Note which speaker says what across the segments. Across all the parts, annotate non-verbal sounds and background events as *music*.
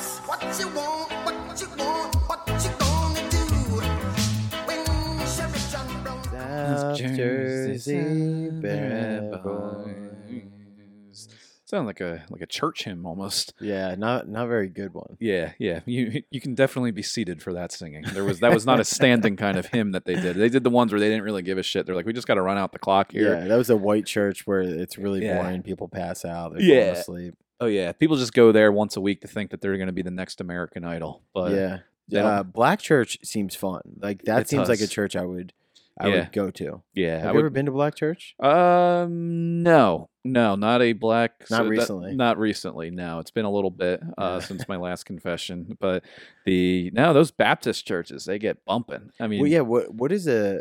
Speaker 1: you want, what you want, what you gonna do when Sherry John Brown
Speaker 2: South Jersey Boys.
Speaker 3: Sound like a like a church hymn almost.
Speaker 2: Yeah, not not very good one.
Speaker 3: Yeah, yeah. You you can definitely be seated for that singing. There was that was not a standing kind of hymn that they did. They did the ones where they didn't really give a shit. They're like, we just got to run out the clock here.
Speaker 2: Yeah, that was a white church where it's really
Speaker 3: Yeah.
Speaker 2: boring. People pass out. They're
Speaker 3: Yeah.
Speaker 2: falling asleep.
Speaker 3: Oh yeah, people just go there once a week to think that they're going to be the next American Idol. But yeah,
Speaker 2: yeah,
Speaker 3: they
Speaker 2: uh, black church seems fun. Like that
Speaker 3: It
Speaker 2: seems like a
Speaker 3: does.
Speaker 2: church I would I
Speaker 3: Yeah.
Speaker 2: would go to.
Speaker 3: yeah.
Speaker 2: Have
Speaker 3: I
Speaker 2: you
Speaker 3: would-
Speaker 2: ever been to black church?
Speaker 3: Um, no, no, not a black.
Speaker 2: Not
Speaker 3: that-
Speaker 2: recently.
Speaker 3: not recently. No, it's been a little bit
Speaker 2: Yeah.
Speaker 3: uh, since my last confession. But the no, those Baptist churches they get bumping. I mean,
Speaker 2: well, yeah. What what is a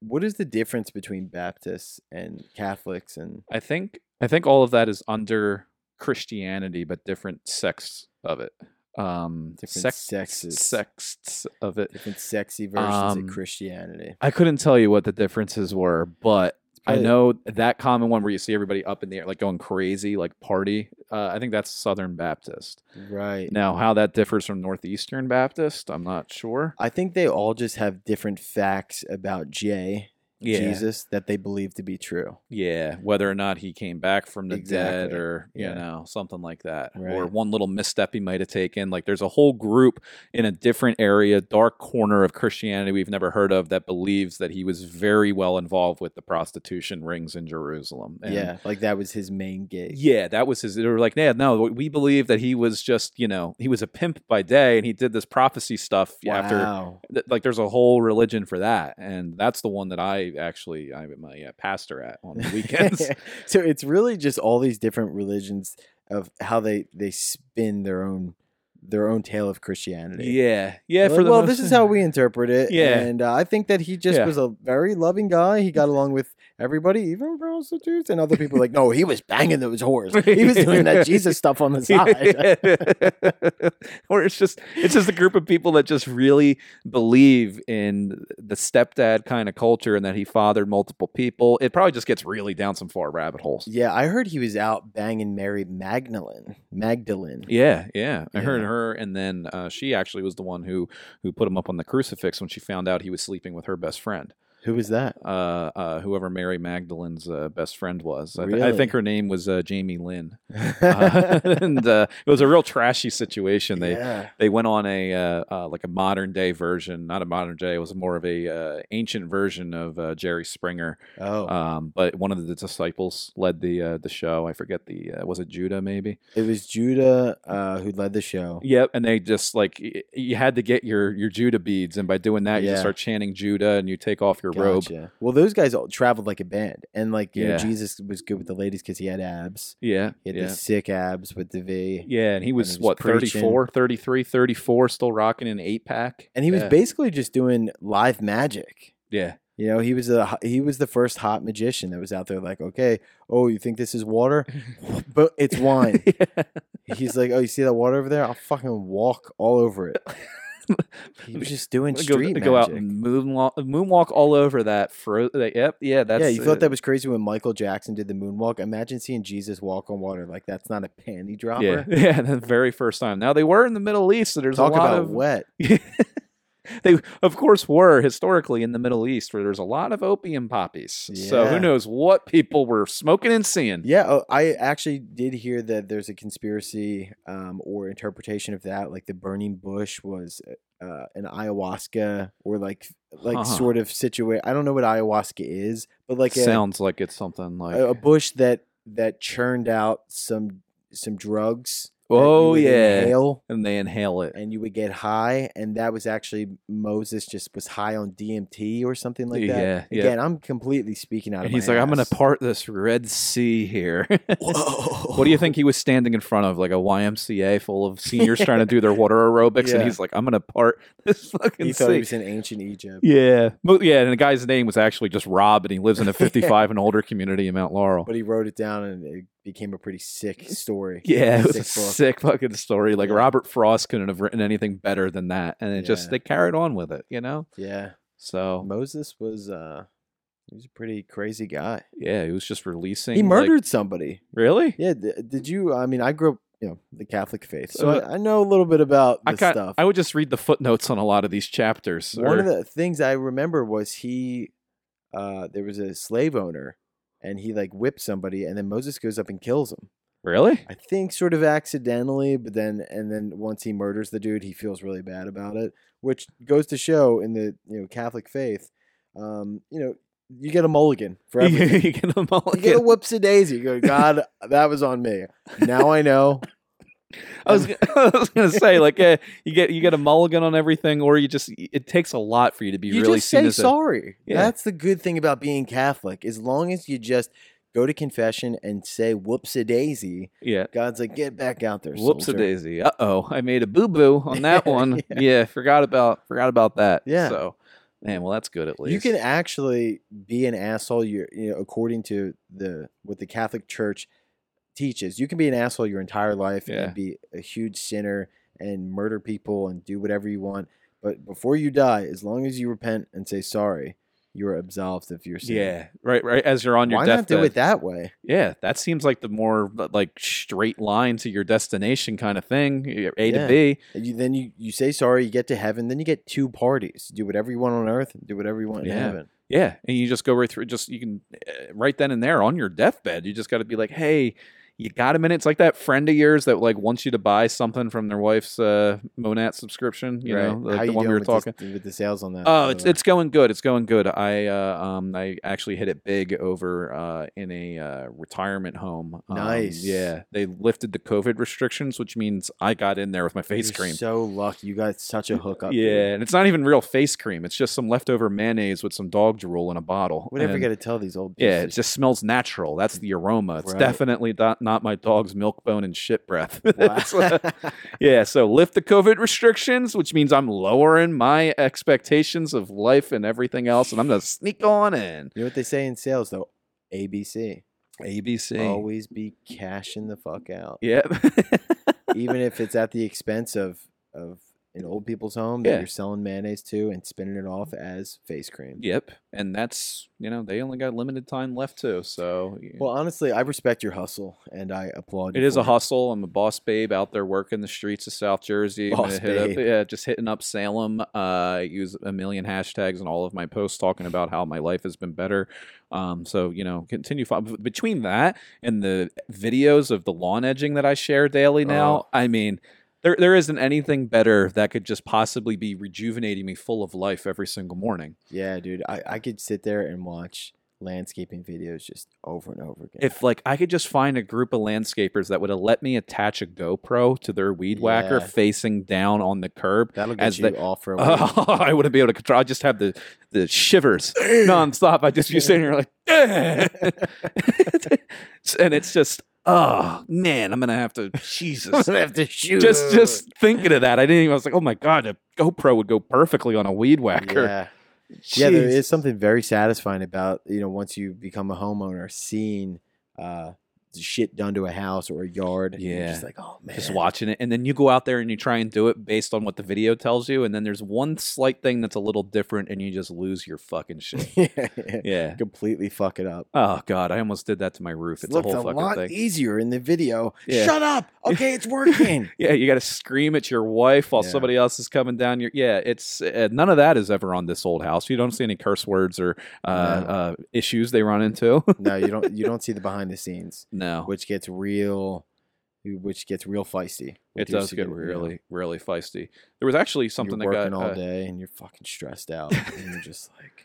Speaker 2: what is the difference between Baptists and Catholics and
Speaker 3: I think I think all of that is under Christianity, but different sects of it. Um,
Speaker 2: Different
Speaker 3: sect-
Speaker 2: sexes.
Speaker 3: sects of it.
Speaker 2: different sexy versions
Speaker 3: Um,
Speaker 2: of Christianity?
Speaker 3: I couldn't tell you what the differences were, but I
Speaker 2: probably-
Speaker 3: know that common one where you see everybody up in the air, like going crazy, like party. Uh, I think that's Southern Baptist.
Speaker 2: Right.
Speaker 3: Now, how that differs from Northeastern Baptist, I'm not sure.
Speaker 2: I think they all just have different facts about Jay Jesus that they believe to be true.
Speaker 3: yeah. Whether or not he came back from the dead,
Speaker 2: Exactly,
Speaker 3: or you
Speaker 2: yeah.
Speaker 3: know something like that, or
Speaker 2: Right.
Speaker 3: one little misstep he might have taken. Like, there's a whole group in a different area, dark corner of Christianity we've never heard of that believes that he was very well involved with the prostitution rings in Jerusalem. And
Speaker 2: yeah, like that was his main gig.
Speaker 3: Yeah, that was his. They were like, yeah, no, we believe that he was just, you know, he was a pimp by day and he did this prophecy stuff after.
Speaker 2: Wow.
Speaker 3: Th- like, there's a whole religion for that, and that's the one that I actually I'm my uh, pastor at on the *laughs* *laughs* weekends.
Speaker 2: *laughs* so it's really just all these different religions of how they they spin their own their own tale of Christianity.
Speaker 3: yeah, yeah.
Speaker 2: They're
Speaker 3: For
Speaker 2: like,
Speaker 3: the
Speaker 2: well,
Speaker 3: most-
Speaker 2: this is
Speaker 3: *laughs*
Speaker 2: how we interpret it.
Speaker 3: Yeah.
Speaker 2: and uh, I think that he just
Speaker 3: Yeah.
Speaker 2: was a very loving guy. He got along with everybody, even prostitutes and other people. Like, no, he was banging those whores. He was doing
Speaker 3: *laughs*
Speaker 2: that Jesus stuff on the side.
Speaker 3: or it's just it's just a group of people that just really believe in the stepdad kind of culture and that he fathered multiple people. It probably just gets really down some far rabbit holes.
Speaker 2: yeah, I heard he was out banging Mary Magdalene. Magdalene.
Speaker 3: Yeah, yeah, I heard
Speaker 2: Yeah.
Speaker 3: her, and then uh, she actually was the one who who put him up on the crucifix when she found out he was sleeping with her best friend,
Speaker 2: Who was that? *laughs*
Speaker 3: uh, uh, whoever Mary Magdalene's uh, best friend was. I, th- I think
Speaker 2: Really?
Speaker 3: her name was uh, Jamie Lynn,
Speaker 2: *laughs*
Speaker 3: uh, *laughs* and uh, it was a real trashy situation. They
Speaker 2: yeah.
Speaker 3: they went on a uh, uh, like a modern day version, not a modern day, it was more of a uh, ancient version of uh, Jerry Springer.
Speaker 2: Oh,
Speaker 3: Um, but one of the disciples led the uh, the show. I forget the uh, was it Judah maybe.
Speaker 2: it was Judah uh, who led the show.
Speaker 3: Yep, and they just like y- you had to get your your Judah beads, and by doing that, you
Speaker 2: Yeah.
Speaker 3: just start chanting Judah, and you take off your robe.
Speaker 2: Gotcha. Well, those guys all traveled like a band, and like you
Speaker 3: Yeah.
Speaker 2: know, Jesus was good with the ladies because he had abs.
Speaker 3: Yeah,
Speaker 2: He had
Speaker 3: yeah,
Speaker 2: the sick abs with the V,
Speaker 3: yeah. And he was,
Speaker 2: he was
Speaker 3: what
Speaker 2: preaching.
Speaker 3: 34, 33, 34, still rocking an eight pack,
Speaker 2: and he was
Speaker 3: yeah.
Speaker 2: basically just doing live magic. *laughs*
Speaker 3: yeah, *laughs*
Speaker 2: You know, he was a ho- he was the first hot magician that was out there. Like, okay, oh, you think this is
Speaker 3: *laughs*
Speaker 2: water, but it's wine. He's like, oh, you see that water over there? I'll fucking walk all over
Speaker 3: *laughs*
Speaker 2: it. He was just doing
Speaker 3: go,
Speaker 2: street magic.
Speaker 3: go out and moonwalk, moonwalk all over that. Fro- that- yep, yeah, that's
Speaker 2: yeah, you thought
Speaker 3: uh,
Speaker 2: that was crazy when Michael Jackson did the moonwalk. Imagine seeing Jesus walk on water. Like that's not a panty dropper.
Speaker 3: yeah, *laughs* yeah, the very first time. Now they were in the Middle East, so there's
Speaker 2: Talk
Speaker 3: a lot
Speaker 2: about
Speaker 3: of
Speaker 2: wet.
Speaker 3: they of course were historically in the middle east where there's a lot of opium poppies so who
Speaker 2: Yeah.
Speaker 3: knows what people were smoking and seeing
Speaker 2: Yeah, oh, I actually did hear that there's a conspiracy um, or interpretation of that. Like the burning bush was uh, an ayahuasca or like like
Speaker 3: Huh.
Speaker 2: sort of situation. I don't know what ayahuasca is, but like a,
Speaker 3: sounds like it's something like
Speaker 2: a bush that that churned out some some drugs. that you
Speaker 3: oh
Speaker 2: would
Speaker 3: yeah
Speaker 2: inhale
Speaker 3: and they inhale it
Speaker 2: and you would get high, and that was actually Moses just was high on DMT or something like that.
Speaker 3: yeah yeah
Speaker 2: Again, I'm completely speaking out of.
Speaker 3: and
Speaker 2: my
Speaker 3: he's like i'm gonna
Speaker 2: ass."
Speaker 3: part this red sea here
Speaker 2: *laughs* Whoa.
Speaker 3: What do you think he was standing in front of? Like a YMCA full of seniors trying to do their water aerobics, and
Speaker 2: Yeah.
Speaker 3: he's like, "I'm gonna part *laughs* this fucking
Speaker 2: He thought
Speaker 3: sea."
Speaker 2: he was in ancient Egypt.
Speaker 3: *laughs* yeah, Mo- yeah. And the guy's name was actually just Rob, and he lives in
Speaker 2: *laughs*
Speaker 3: a 55 and older community in Mount Laurel.
Speaker 2: but he wrote it down and it became a pretty sick story.
Speaker 3: *laughs* Yeah, it was a
Speaker 2: Sick book.
Speaker 3: sick fucking story. Like
Speaker 2: Yeah.
Speaker 3: Robert Frost couldn't have written anything better than that, and it just
Speaker 2: Yeah.
Speaker 3: they carried on with it, you know.
Speaker 2: Yeah.
Speaker 3: So
Speaker 2: Moses was uh he was a pretty crazy guy.
Speaker 3: yeah, he was just releasing.
Speaker 2: He
Speaker 3: like-
Speaker 2: murdered somebody.
Speaker 3: really?
Speaker 2: Yeah, d- did you I mean I grew up you know the Catholic faith. So
Speaker 3: So
Speaker 2: I, I know a little bit about
Speaker 3: I
Speaker 2: this
Speaker 3: kind
Speaker 2: stuff.
Speaker 3: I would just read the footnotes on a lot of these chapters.
Speaker 2: One
Speaker 3: or-
Speaker 2: of the things I remember was he, uh, there was a slave owner, and he like whipped somebody, and then Moses goes up and kills him.
Speaker 3: really? *laughs*
Speaker 2: I think sort of accidentally, but then and then once he murders the dude, he feels really bad about it, which goes to show in the you know Catholic faith, um, you know, you get a mulligan for
Speaker 3: *laughs* You
Speaker 2: everything.
Speaker 3: get, you get a
Speaker 2: You get a
Speaker 3: mulligan.
Speaker 2: whoops a daisy. You go, God, that was on me. Now I know.
Speaker 3: I was, gonna- *laughs* I was gonna say like eh, you get you get a mulligan on everything, or you just it takes a lot for you to be
Speaker 2: you
Speaker 3: really
Speaker 2: just
Speaker 3: seen
Speaker 2: say
Speaker 3: as a-
Speaker 2: sorry.
Speaker 3: Yeah.
Speaker 2: That's the good thing about being Catholic. As long as you just go to confession and say whoops a daisy,
Speaker 3: yeah.
Speaker 2: God's like, get back out there.
Speaker 3: Whoops a
Speaker 2: soldier."
Speaker 3: daisy. Uh oh, I made a boo boo
Speaker 2: *laughs*
Speaker 3: on that one.
Speaker 2: Yeah.
Speaker 3: yeah. forgot about forgot about that.
Speaker 2: Yeah.
Speaker 3: So, man, well that's good at least.
Speaker 2: You can actually be an asshole. You're, you know, according to the what the Catholic Church teaches, you can be an asshole your entire life
Speaker 3: Yeah.
Speaker 2: and be a huge sinner and murder people and do whatever you want. But before you die, as long as you repent and say sorry, you are absolved of your sin.
Speaker 3: Yeah. Right. Right. As you're on your
Speaker 2: Why not
Speaker 3: deathbed.
Speaker 2: do it that way?
Speaker 3: Yeah, that seems like the more like straight line to your destination kind of thing, your A
Speaker 2: Yeah.
Speaker 3: to B.
Speaker 2: And You, then you, you say sorry, you get to heaven, then you get two parties. Do whatever you want on earth, and do whatever you want in
Speaker 3: Yeah.
Speaker 2: heaven.
Speaker 3: Yeah, and you just go right through. Just you can uh, right then and there on your deathbed. You just got to be like, hey, you got a minute? It's like that friend of yours that like wants you to buy something from their wife's uh, Monat subscription. You know, like
Speaker 2: How
Speaker 3: the
Speaker 2: you
Speaker 3: one we
Speaker 2: doing
Speaker 3: were
Speaker 2: with
Speaker 3: talking.
Speaker 2: this- with the sales on that. by
Speaker 3: Oh,
Speaker 2: the
Speaker 3: it's
Speaker 2: way?
Speaker 3: it's going good. It's going good. I uh, um I actually hit it big over uh, in a uh, retirement home. Um,
Speaker 2: Nice.
Speaker 3: Yeah, they lifted the COVID restrictions, which means I got in there with my face
Speaker 2: You're
Speaker 3: cream.
Speaker 2: So lucky you got such a hookup. dude.
Speaker 3: Yeah, and it's not even real face cream. It's just some leftover mayonnaise with some dog drool in a bottle.
Speaker 2: Whatever you
Speaker 3: And-
Speaker 2: got to tell these old
Speaker 3: yeah, it
Speaker 2: pieces.
Speaker 3: just smells natural. That's the aroma. It's
Speaker 2: Right.
Speaker 3: definitely not, not my dog's milk bone and shit breath. *laughs*
Speaker 2: Wow.
Speaker 3: yeah, so lift the COVID restrictions, which means I'm lowering my expectations of life and everything else, and I'm gonna sneak on in.
Speaker 2: *laughs* you know what they say in sales though? ABC.
Speaker 3: ABC.
Speaker 2: Always be cashing the fuck out,
Speaker 3: yeah.
Speaker 2: even if it's at the expense of of an old people's home that
Speaker 3: Yeah.
Speaker 2: you're selling mayonnaise to and spinning it off as face cream.
Speaker 3: *laughs* yep. And that's you know they only got limited time left too. So
Speaker 2: Well, honestly, I respect your hustle and I applaud.
Speaker 3: It
Speaker 2: you
Speaker 3: is a
Speaker 2: for
Speaker 3: hustle. I'm a boss babe out there working the streets of South Jersey. I'm gonna
Speaker 2: Boss
Speaker 3: hit up-
Speaker 2: babe.
Speaker 3: yeah, just hitting up Salem. Uh, I use a million hashtags in all of my posts talking about how my life has been better. Um, so you know, continue fo- between that and the videos of the lawn edging that I share daily
Speaker 2: Oh.
Speaker 3: now. I mean. There, there isn't anything better that could just possibly be rejuvenating me full of life every single morning.
Speaker 2: Yeah, dude, I, I could sit there and watch landscaping videos just over and over again.
Speaker 3: if like I could just find a group of landscapers that would have let me attach a GoPro to their weed whacker
Speaker 2: Yeah.
Speaker 3: facing down on the curb.
Speaker 2: That'll
Speaker 3: as
Speaker 2: get you
Speaker 3: the-
Speaker 2: off for a week.
Speaker 3: *laughs* Oh, I wouldn't be able to control. I just have the
Speaker 2: *clears throat*
Speaker 3: the shivers nonstop. I just be sitting here like, *laughs* and it's just, oh man, I'm gonna have to
Speaker 2: I'm
Speaker 3: Jesus.
Speaker 2: gonna have to *laughs* shoot.
Speaker 3: Just just thinking of that, I didn't even. I was like, oh my god, a GoPro would go perfectly on a weed *laughs* whacker.
Speaker 2: Yeah. Yeah, there
Speaker 3: Jeez.
Speaker 2: is something very satisfying about you know once you become a homeowner, seeing uh, shit done to a house or a yard. and you're
Speaker 3: Yeah.
Speaker 2: just like oh man, *laughs*
Speaker 3: just watching it and then you go out there and you try and do it based on what the video tells you and then there's one slight thing that's a little different and you just lose your fucking
Speaker 2: *laughs*
Speaker 3: shit yeah
Speaker 2: completely fuck it up.
Speaker 3: oh god i almost did that to my roof
Speaker 2: It
Speaker 3: it's a
Speaker 2: looked
Speaker 3: whole
Speaker 2: a,
Speaker 3: fucking
Speaker 2: lot
Speaker 3: thing
Speaker 2: easier in the video.
Speaker 3: Yeah.
Speaker 2: Shut up. Okay, it's
Speaker 3: *laughs*
Speaker 2: working.
Speaker 3: yeah you gotta scream at your wife while
Speaker 2: Yeah.
Speaker 3: somebody else is coming down your yeah it's uh, none of that is ever on this old house you don't see any curse words or uh,
Speaker 2: No.
Speaker 3: uh issues they run into *laughs*
Speaker 2: no, you don't. You don't see the behind the scenes,
Speaker 3: no
Speaker 2: which gets real, which gets real feisty.
Speaker 3: it
Speaker 2: with your
Speaker 3: does get
Speaker 2: significant-
Speaker 3: really really feisty there was actually something
Speaker 2: you're
Speaker 3: that
Speaker 2: working
Speaker 3: got
Speaker 2: all
Speaker 3: uh,
Speaker 2: day and you're fucking stressed
Speaker 3: *laughs*
Speaker 2: out and you're just like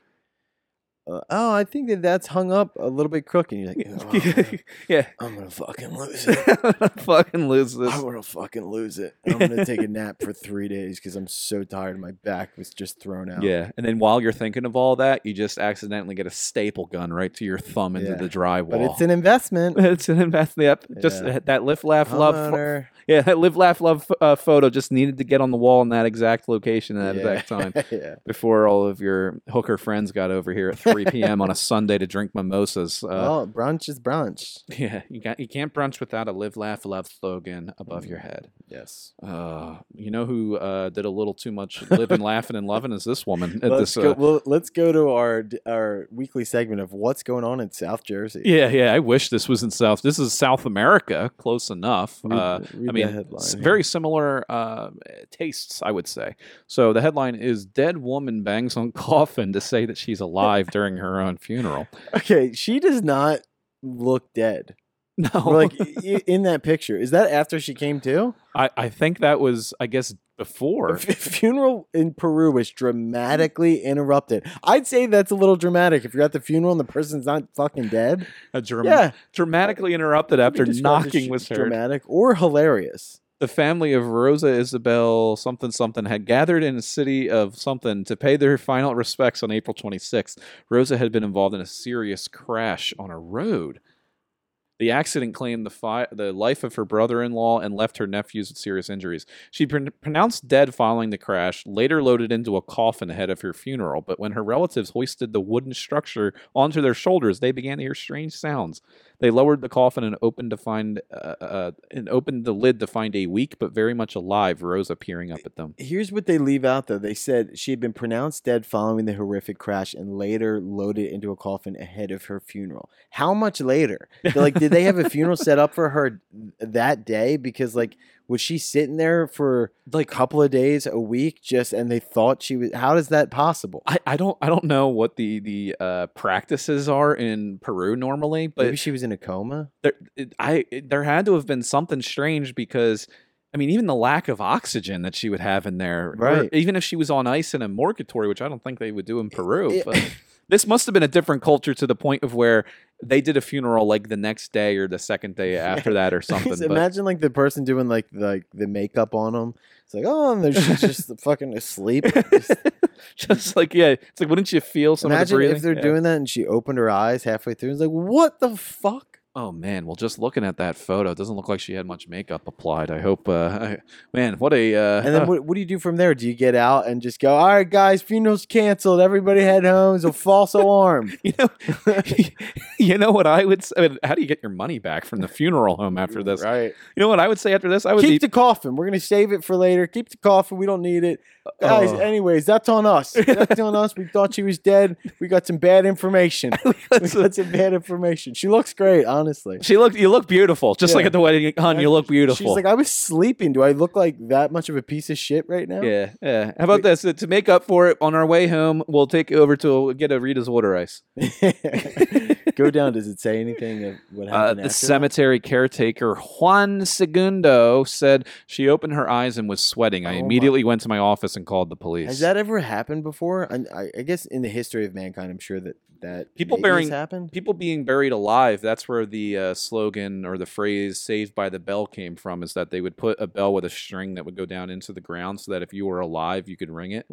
Speaker 2: uh, oh i think that that's hung up a little bit crooked and you're like "Oh, man,
Speaker 3: *laughs* yeah
Speaker 2: i'm gonna fucking lose it *laughs*
Speaker 3: *laughs* fucking lose this
Speaker 2: i'm gonna fucking lose it i'm gonna
Speaker 3: *laughs*
Speaker 2: take a nap for three days because i'm so tired my back was just thrown out
Speaker 3: Yeah, and then while you're thinking of all that, you just accidentally get a staple gun right to your thumb into
Speaker 2: Yeah,
Speaker 3: the drywall.
Speaker 2: but it's an investment
Speaker 3: *laughs* it's an investment. Yep, just
Speaker 2: Yeah.
Speaker 3: that live, laugh, love. *laughs*
Speaker 2: Homeowner.
Speaker 3: yeah, that live, laugh, love uh, photo just needed to get on the wall in that exact location at that
Speaker 2: Yeah. *laughs*
Speaker 3: exact time
Speaker 2: yeah
Speaker 3: before all of your hooker friends got over here at 3
Speaker 2: *laughs*
Speaker 3: p.m. on a Sunday to drink mimosas. Uh,
Speaker 2: well, brunch is brunch.
Speaker 3: yeah, you got you can't brunch without a live, laugh, love slogan above your head.
Speaker 2: Yes.
Speaker 3: Uh, you know who uh, did a little too much living, laughing, and loving is this woman at
Speaker 2: Let's
Speaker 3: this.
Speaker 2: go.
Speaker 3: Uh,
Speaker 2: Well, let's go to our our weekly segment of what's going on in South Jersey.
Speaker 3: yeah, yeah. I wish this was in South. This is South America, close enough.
Speaker 2: Read-
Speaker 3: Uh,
Speaker 2: read the
Speaker 3: I mean,
Speaker 2: headline
Speaker 3: s-
Speaker 2: here.
Speaker 3: very similar uh, tastes, I would say. So the headline is "Dead Woman Bangs on *laughs* Coffin to Say That She's Alive During Her
Speaker 2: *laughs*
Speaker 3: Own Funeral."
Speaker 2: Okay, she does not look
Speaker 3: *laughs*
Speaker 2: dead.
Speaker 3: No,
Speaker 2: Like i- in that picture, is that after she came to?
Speaker 3: I, I think that was, I guess, before.
Speaker 2: F- *laughs* funeral in Peru was dramatically interrupted. I'd say that's a little dramatic. If you're at the funeral and the person's not fucking dead,
Speaker 3: A dram-
Speaker 2: yeah,
Speaker 3: Dramatically interrupted after
Speaker 2: Let me describe
Speaker 3: knocking
Speaker 2: this
Speaker 3: was heard.
Speaker 2: dramatic or hilarious.
Speaker 3: the family of Rosa Isabel something something had gathered in the city of something to pay their final respects on April 26th. Rosa had been involved in a serious crash on a road. The accident claimed the, fi- the life of her brother in law and left her nephews with serious injuries. She'd been pronounced dead following the crash, later loaded into a coffin ahead of her funeral. But when her relatives hoisted the wooden structure onto their shoulders, they began to hear strange sounds. They lowered the coffin and opened to find uh, uh, and opened the lid to find a weak but very much alive Rosa peering up at them.
Speaker 2: Here's what they leave out though. They said she had been pronounced dead following the horrific crash and later loaded into a coffin ahead of her funeral. How much later? They're like, did they have
Speaker 3: *laughs*
Speaker 2: a funeral set up for her that day? Because like, was she sitting there for like a couple of days, a week, just and they thought she was? How is that possible?
Speaker 3: I, I don't I don't know what the the uh, practices are in Peru normally,
Speaker 2: Maybe
Speaker 3: but
Speaker 2: she was in a coma.
Speaker 3: there, it, I it- there had to have been something strange because. I mean, even the lack of oxygen that she would have in there, or
Speaker 2: Right.
Speaker 3: Even if she was on ice in a morgatory, which I don't think they would do in Peru,
Speaker 2: it-
Speaker 3: but this must have been a different culture to the point of where they did a funeral like the next day or the second day
Speaker 2: *laughs*
Speaker 3: after that or *laughs* something.
Speaker 2: Just
Speaker 3: but-
Speaker 2: imagine like the person doing like like the makeup on them. It's like, oh, and they're just,
Speaker 3: *laughs*
Speaker 2: just fucking asleep.
Speaker 3: just like yeah, it's like wouldn't you feel some of the
Speaker 2: Imagine
Speaker 3: breathing?
Speaker 2: if they're
Speaker 3: Yeah.
Speaker 2: doing that and she opened her eyes halfway through and was like, what the fuck?
Speaker 3: Oh man, well just looking at that photo, it doesn't look like she had much makeup applied. I hope, uh, I, man, what a uh,
Speaker 2: And
Speaker 3: *laughs*
Speaker 2: then what, what do you do from there? Do you get out and just go, all right, guys, funeral's canceled. Everybody head home. It's a false alarm.
Speaker 3: you know, you know what I would. s- I mean, how do you get your money back from the funeral home *laughs* after this?
Speaker 2: Right.
Speaker 3: You know what I would say after this? I would
Speaker 2: Keep
Speaker 3: be,
Speaker 2: *laughs* the coffin. We're going to save it for later. Keep the coffin. We don't need it. Guys,
Speaker 3: Oh.
Speaker 2: anyways, that's on us.
Speaker 3: *laughs*
Speaker 2: That's on us. We thought she was dead. We got some bad information.
Speaker 3: *laughs*
Speaker 2: we got some bad information. She looks great, honestly.
Speaker 3: she looked. You look beautiful, just like
Speaker 2: Yeah.
Speaker 3: at the wedding, hon. You look beautiful.
Speaker 2: She's like, I was sleeping. Do I look like that much of a piece of shit right now?
Speaker 3: yeah, yeah. How about this? To make up for it, on our way home, we'll take you over to get a Rita's water ice.
Speaker 2: *laughs* Go down. Does it say anything of what
Speaker 3: Uh,
Speaker 2: happened?
Speaker 3: the
Speaker 2: after
Speaker 3: cemetery caretaker Juan Segundo said she opened her eyes and was sweating. I
Speaker 2: Oh my-
Speaker 3: immediately went to my office and called the
Speaker 2: that?
Speaker 3: police.
Speaker 2: Has that ever happened before? I, I, I guess in the history of mankind, I'm sure that that
Speaker 3: People
Speaker 2: maybe has
Speaker 3: bearing-
Speaker 2: happened.
Speaker 3: People being buried alive, that's where the uh, slogan or the phrase saved by the bell came from, is that they would put a bell with a string that would go down into the ground so that if you were alive, you could ring *laughs* it.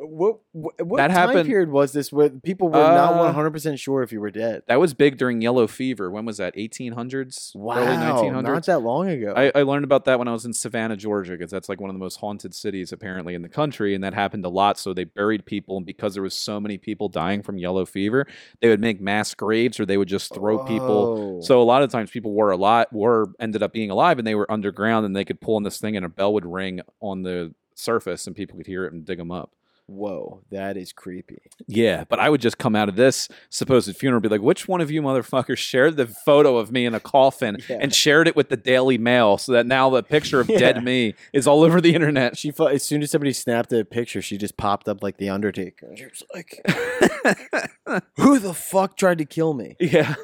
Speaker 2: What what, what
Speaker 3: That
Speaker 2: time
Speaker 3: happened-
Speaker 2: period was this? Where people were not
Speaker 3: Uh,
Speaker 2: 100 percent sure if you were dead.
Speaker 3: That was big during yellow fever. When was that? 1800s? Early
Speaker 2: Wow,
Speaker 3: 1900s?
Speaker 2: not that long ago.
Speaker 3: I, I learned about that when I was in Savannah, Georgia, because that's like one of the most haunted cities apparently in the country, and that happened a lot. So they buried people, and because there was so many people dying from yellow fever, they would make mass graves, or they would just throw people.
Speaker 2: Oh.
Speaker 3: So a lot of times, people were a lot were ended up being alive, and they were underground, and they could pull on this thing, and a bell would ring on the surface, and people could hear it and dig them up.
Speaker 2: whoa, that is creepy.
Speaker 3: Yeah, but I would just come out of this supposed funeral, and be like, which one of you motherfuckers shared the photo of me in a coffin
Speaker 2: Yeah.
Speaker 3: and shared it with the Daily Mail so that now the picture
Speaker 2: *laughs*
Speaker 3: of
Speaker 2: Yeah.
Speaker 3: dead me is all over the internet?
Speaker 2: She fu- as soon as somebody snapped a picture, she just popped up like the Undertaker. She was like, "Who the fuck tried to kill me?"
Speaker 3: *laughs* yeah.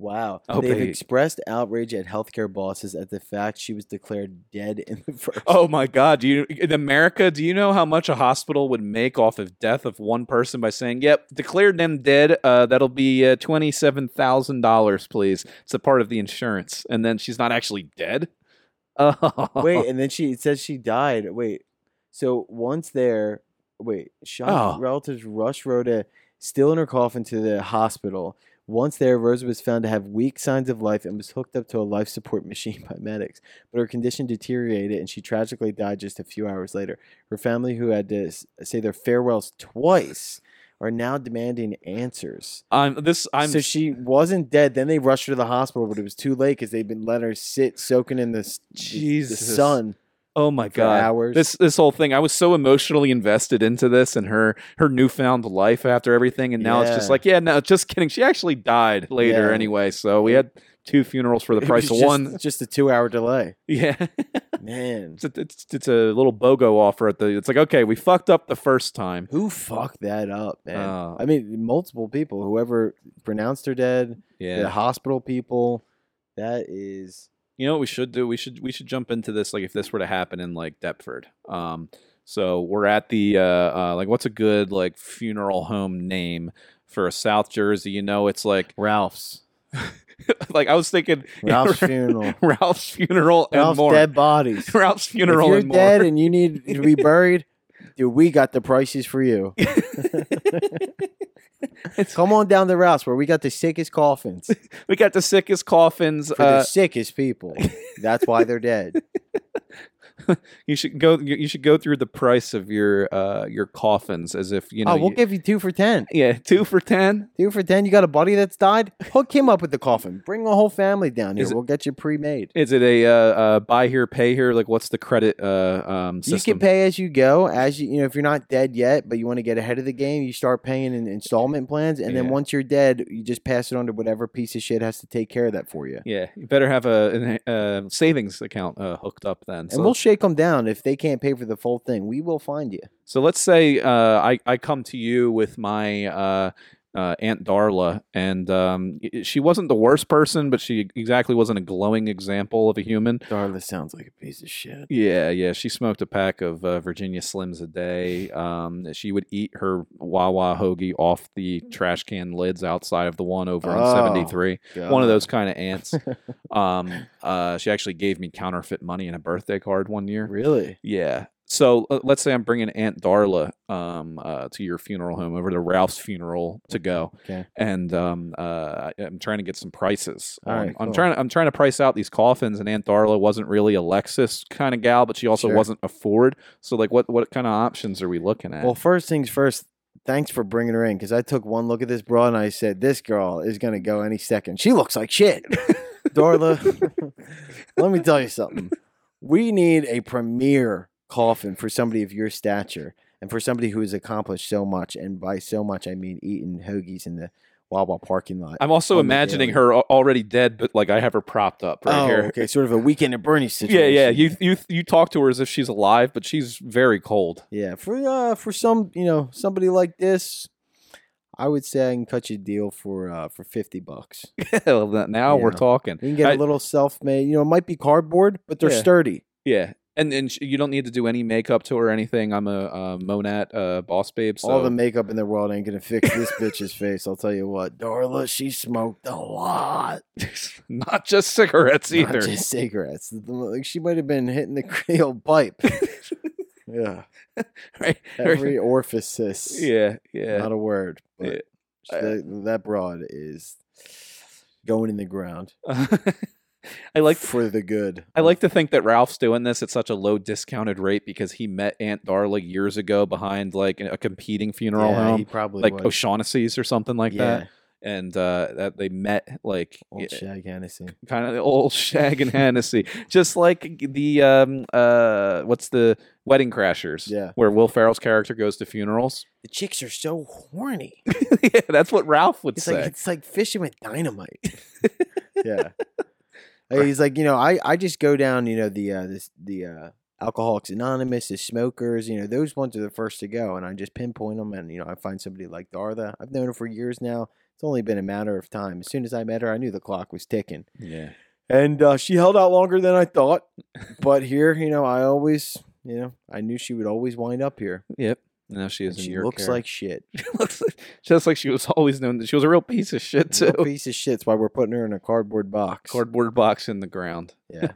Speaker 2: Wow.
Speaker 3: I hope
Speaker 2: They've
Speaker 3: they-
Speaker 2: expressed outrage at healthcare bosses at the fact she was declared dead in the *laughs* first.
Speaker 3: Oh my God. Do you in America? Do you know how much a hospital would make off of death of one person by saying, "Yep, declared them dead. Uh, that'll be uh, twenty seven thousand dollars, please. It's a part of the insurance." And then she's not actually dead. *laughs* Oh. *laughs*
Speaker 2: Wait, and then she it says she died. Wait. So once there, wait, shocked
Speaker 3: Oh.
Speaker 2: relatives rushed Rhoda still in her coffin to the hospital. Once there, Rosa was found to have weak signs of life and was hooked up to a life support *laughs* machine by medics. But her condition deteriorated and she tragically died just a few hours later. Her family, who had to s- say their farewells twice, are now demanding answers.
Speaker 3: I'm this. I'm
Speaker 2: so she wasn't dead. Then they rushed her to the hospital, but it was too late because they'd been letting her sit soaking in the, s- the-
Speaker 3: Jesus.
Speaker 2: the sun.
Speaker 3: Oh my
Speaker 2: for
Speaker 3: god!
Speaker 2: hours.
Speaker 3: This this whole thing. I was so emotionally invested into this and her her newfound life after everything, and now it's just
Speaker 2: Yeah.
Speaker 3: like, yeah, no, just kidding. She actually died later
Speaker 2: Yeah.
Speaker 3: anyway. So we had two funerals for
Speaker 2: *laughs*
Speaker 3: the
Speaker 2: It
Speaker 3: price
Speaker 2: was
Speaker 3: of
Speaker 2: just-
Speaker 3: one. *laughs*
Speaker 2: Just a two hour delay.
Speaker 3: Yeah,
Speaker 2: Man.
Speaker 3: it's, a, it's it's a little bogo offer at the. It's like okay, we fucked up the first time.
Speaker 2: Who fucked that up, man?
Speaker 3: Oh.
Speaker 2: I mean, multiple people. Whoever pronounced her dead,
Speaker 3: Yeah,
Speaker 2: the hospital people. That
Speaker 3: *laughs*
Speaker 2: is
Speaker 3: you know what we should do? We should we should jump into this like if this were to happen in like Deptford. Um, so we're at the uh, uh like what's a good like funeral home name for a South Jersey? You know, it's like *laughs*
Speaker 2: Ralph's.
Speaker 3: like I was thinking *laughs*
Speaker 2: Ralph's funeral.
Speaker 3: Ralph's funeral and
Speaker 2: Ralph's
Speaker 3: more.
Speaker 2: dead bodies.
Speaker 3: *laughs* Ralph's
Speaker 2: If
Speaker 3: funeral
Speaker 2: you're
Speaker 3: and more.
Speaker 2: dead and you need to
Speaker 3: *laughs*
Speaker 2: be buried, dude, we got the prices for you. Come on down to Ralph's where we got the sickest
Speaker 3: *laughs*
Speaker 2: coffins
Speaker 3: we got the sickest coffins.
Speaker 2: for
Speaker 3: Uh,
Speaker 2: the sickest
Speaker 3: *laughs*
Speaker 2: people. That's why they're dead.
Speaker 3: uh, you should go. You, you should go through the price of your uh, your coffins as if you know.
Speaker 2: oh, we'll
Speaker 3: you-
Speaker 2: give you two for ten.
Speaker 3: *laughs* yeah, two for ten.
Speaker 2: Two for ten. You got a buddy that's died. Hook him up with the coffin. Bring the whole family down here.
Speaker 3: Is it-
Speaker 2: we'll get you pre-made.
Speaker 3: Is it a uh, uh, buy here, pay here? Like, what's the credit uh, um,
Speaker 2: You
Speaker 3: system?
Speaker 2: can pay as you go, as you you know, if you're not dead yet, but you want to get ahead of the game, you start paying in installment plans, and then
Speaker 3: Yeah.
Speaker 2: once you're dead, you just pass it on to whatever piece of shit has to take care of that for you.
Speaker 3: Yeah, you better have a, an, uh, savings account uh, hooked up then. So,
Speaker 2: And we'll shake them down if they can't pay for the full thing. We will find you.
Speaker 3: so let's say uh, I I come to you with my uh, uh, Aunt Darla, and um, y- she wasn't the worst person, but she exactly wasn't a glowing example of a human.
Speaker 2: Darla sounds like a piece of shit.
Speaker 3: Yeah, yeah. She smoked a pack of uh, Virginia Slims a day. Um, she would eat her Wawa hoagie off the trash can lids outside of the one over on
Speaker 2: Oh.
Speaker 3: 73.
Speaker 2: Uh,
Speaker 3: one of those kind
Speaker 2: *laughs*
Speaker 3: of ants. um, uh, she actually gave me counterfeit money in a birthday card one year.
Speaker 2: Really?
Speaker 3: Yeah. So uh, let's say I'm bringing Aunt Darla um, uh, to your funeral home over to Ralph's funeral to go,
Speaker 2: Okay.
Speaker 3: and um, uh, I- I'm trying to get some prices.
Speaker 2: All right,
Speaker 3: on- I'm
Speaker 2: cool.
Speaker 3: trying. To, I'm trying to price out these coffins, and Aunt Darla wasn't really a Lexus kind of gal, but she also
Speaker 2: Sure.
Speaker 3: wasn't a Ford. So like, what what kind of options are we looking at?
Speaker 2: Well, first things first. Thanks for bringing her in because I took one look at this bra and I said, "This girl is gonna go any second. She looks like
Speaker 3: *laughs*
Speaker 2: shit." Darla, let me tell you something. We need a premier coffin for somebody of your stature and for somebody who has accomplished so much. And by so much, I mean eating hoagies in the Wawa parking lot.
Speaker 3: I'm also
Speaker 2: on the
Speaker 3: imagining
Speaker 2: daily.
Speaker 3: her al- already dead, but like I have her propped up right
Speaker 2: oh,
Speaker 3: here.
Speaker 2: okay, sort of a weekend at Bernie's
Speaker 3: *laughs* Yeah,
Speaker 2: situation.
Speaker 3: yeah. You you you talk to her as if she's alive, but she's very
Speaker 2: *laughs*
Speaker 3: cold.
Speaker 2: Yeah, for uh, for some you know somebody like this, I would say I can cut you a deal for uh, for fifty bucks.
Speaker 3: now we're
Speaker 2: Yeah.
Speaker 3: talking.
Speaker 2: You can get
Speaker 3: I-
Speaker 2: a little self made. You know, it might be cardboard, but they're
Speaker 3: Yeah.
Speaker 2: sturdy.
Speaker 3: Yeah, and and sh- you don't need to do any makeup to her or anything. I'm a uh, Monat uh, boss babe. So
Speaker 2: All the makeup in the world ain't gonna fix this bitch's face. I'll tell you what, Darla, she smoked a lot.
Speaker 3: *laughs* not just cigarettes
Speaker 2: Not
Speaker 3: either.
Speaker 2: just cigarettes. Like she might have been hitting the *laughs* Creole
Speaker 3: *laughs*
Speaker 2: pipe. yeah,
Speaker 3: right?
Speaker 2: every orifice.
Speaker 3: yeah, yeah.
Speaker 2: not a word. But
Speaker 3: Yeah.
Speaker 2: she- that, that broad is going in the ground.
Speaker 3: *laughs* I like.
Speaker 2: for the good.
Speaker 3: I like to think that Ralph's doing this at such a low discounted rate because he met Aunt Darla years ago behind like a competing funeral
Speaker 2: yeah, He
Speaker 3: home,
Speaker 2: probably
Speaker 3: like
Speaker 2: was.
Speaker 3: O'Shaughnessy's or something like
Speaker 2: yeah,
Speaker 3: that, and uh, that they met like
Speaker 2: Old
Speaker 3: yeah,
Speaker 2: Shag Hennessy.
Speaker 3: kind of the old *laughs* Shag and Hennessy, just like the um uh what's the Wedding Crashers,
Speaker 2: Yeah.
Speaker 3: where Will Ferrell's character goes to funerals. *laughs*
Speaker 2: The chicks are so horny.
Speaker 3: yeah, that's what Ralph would
Speaker 2: It's
Speaker 3: say.
Speaker 2: like it's like fishing with dynamite.
Speaker 3: *laughs*
Speaker 2: *laughs* yeah. Like, he's like, you know, I, I just go down, you know, the uh this the uh Alcoholics Anonymous, the smokers, you know, those ones are the first to go and I just pinpoint them and you know, I find somebody like Darla. I've known her for years now. It's only been a matter of time. As soon as I met her, I knew the clock was ticking.
Speaker 3: yeah,
Speaker 2: and uh, she held out longer than I
Speaker 3: *laughs*
Speaker 2: thought. But here, you know, I always, you know, I knew she would always wind up here.
Speaker 3: yep. Now she is
Speaker 2: And
Speaker 3: in
Speaker 2: she
Speaker 3: your
Speaker 2: looks
Speaker 3: care.
Speaker 2: like
Speaker 3: *laughs*
Speaker 2: shit.
Speaker 3: looks like- just like she was always known that she was a real piece of shit too.
Speaker 2: Real piece of shit. That's why we're putting her in a cardboard box.
Speaker 3: Cardboard box in the ground.
Speaker 2: yeah.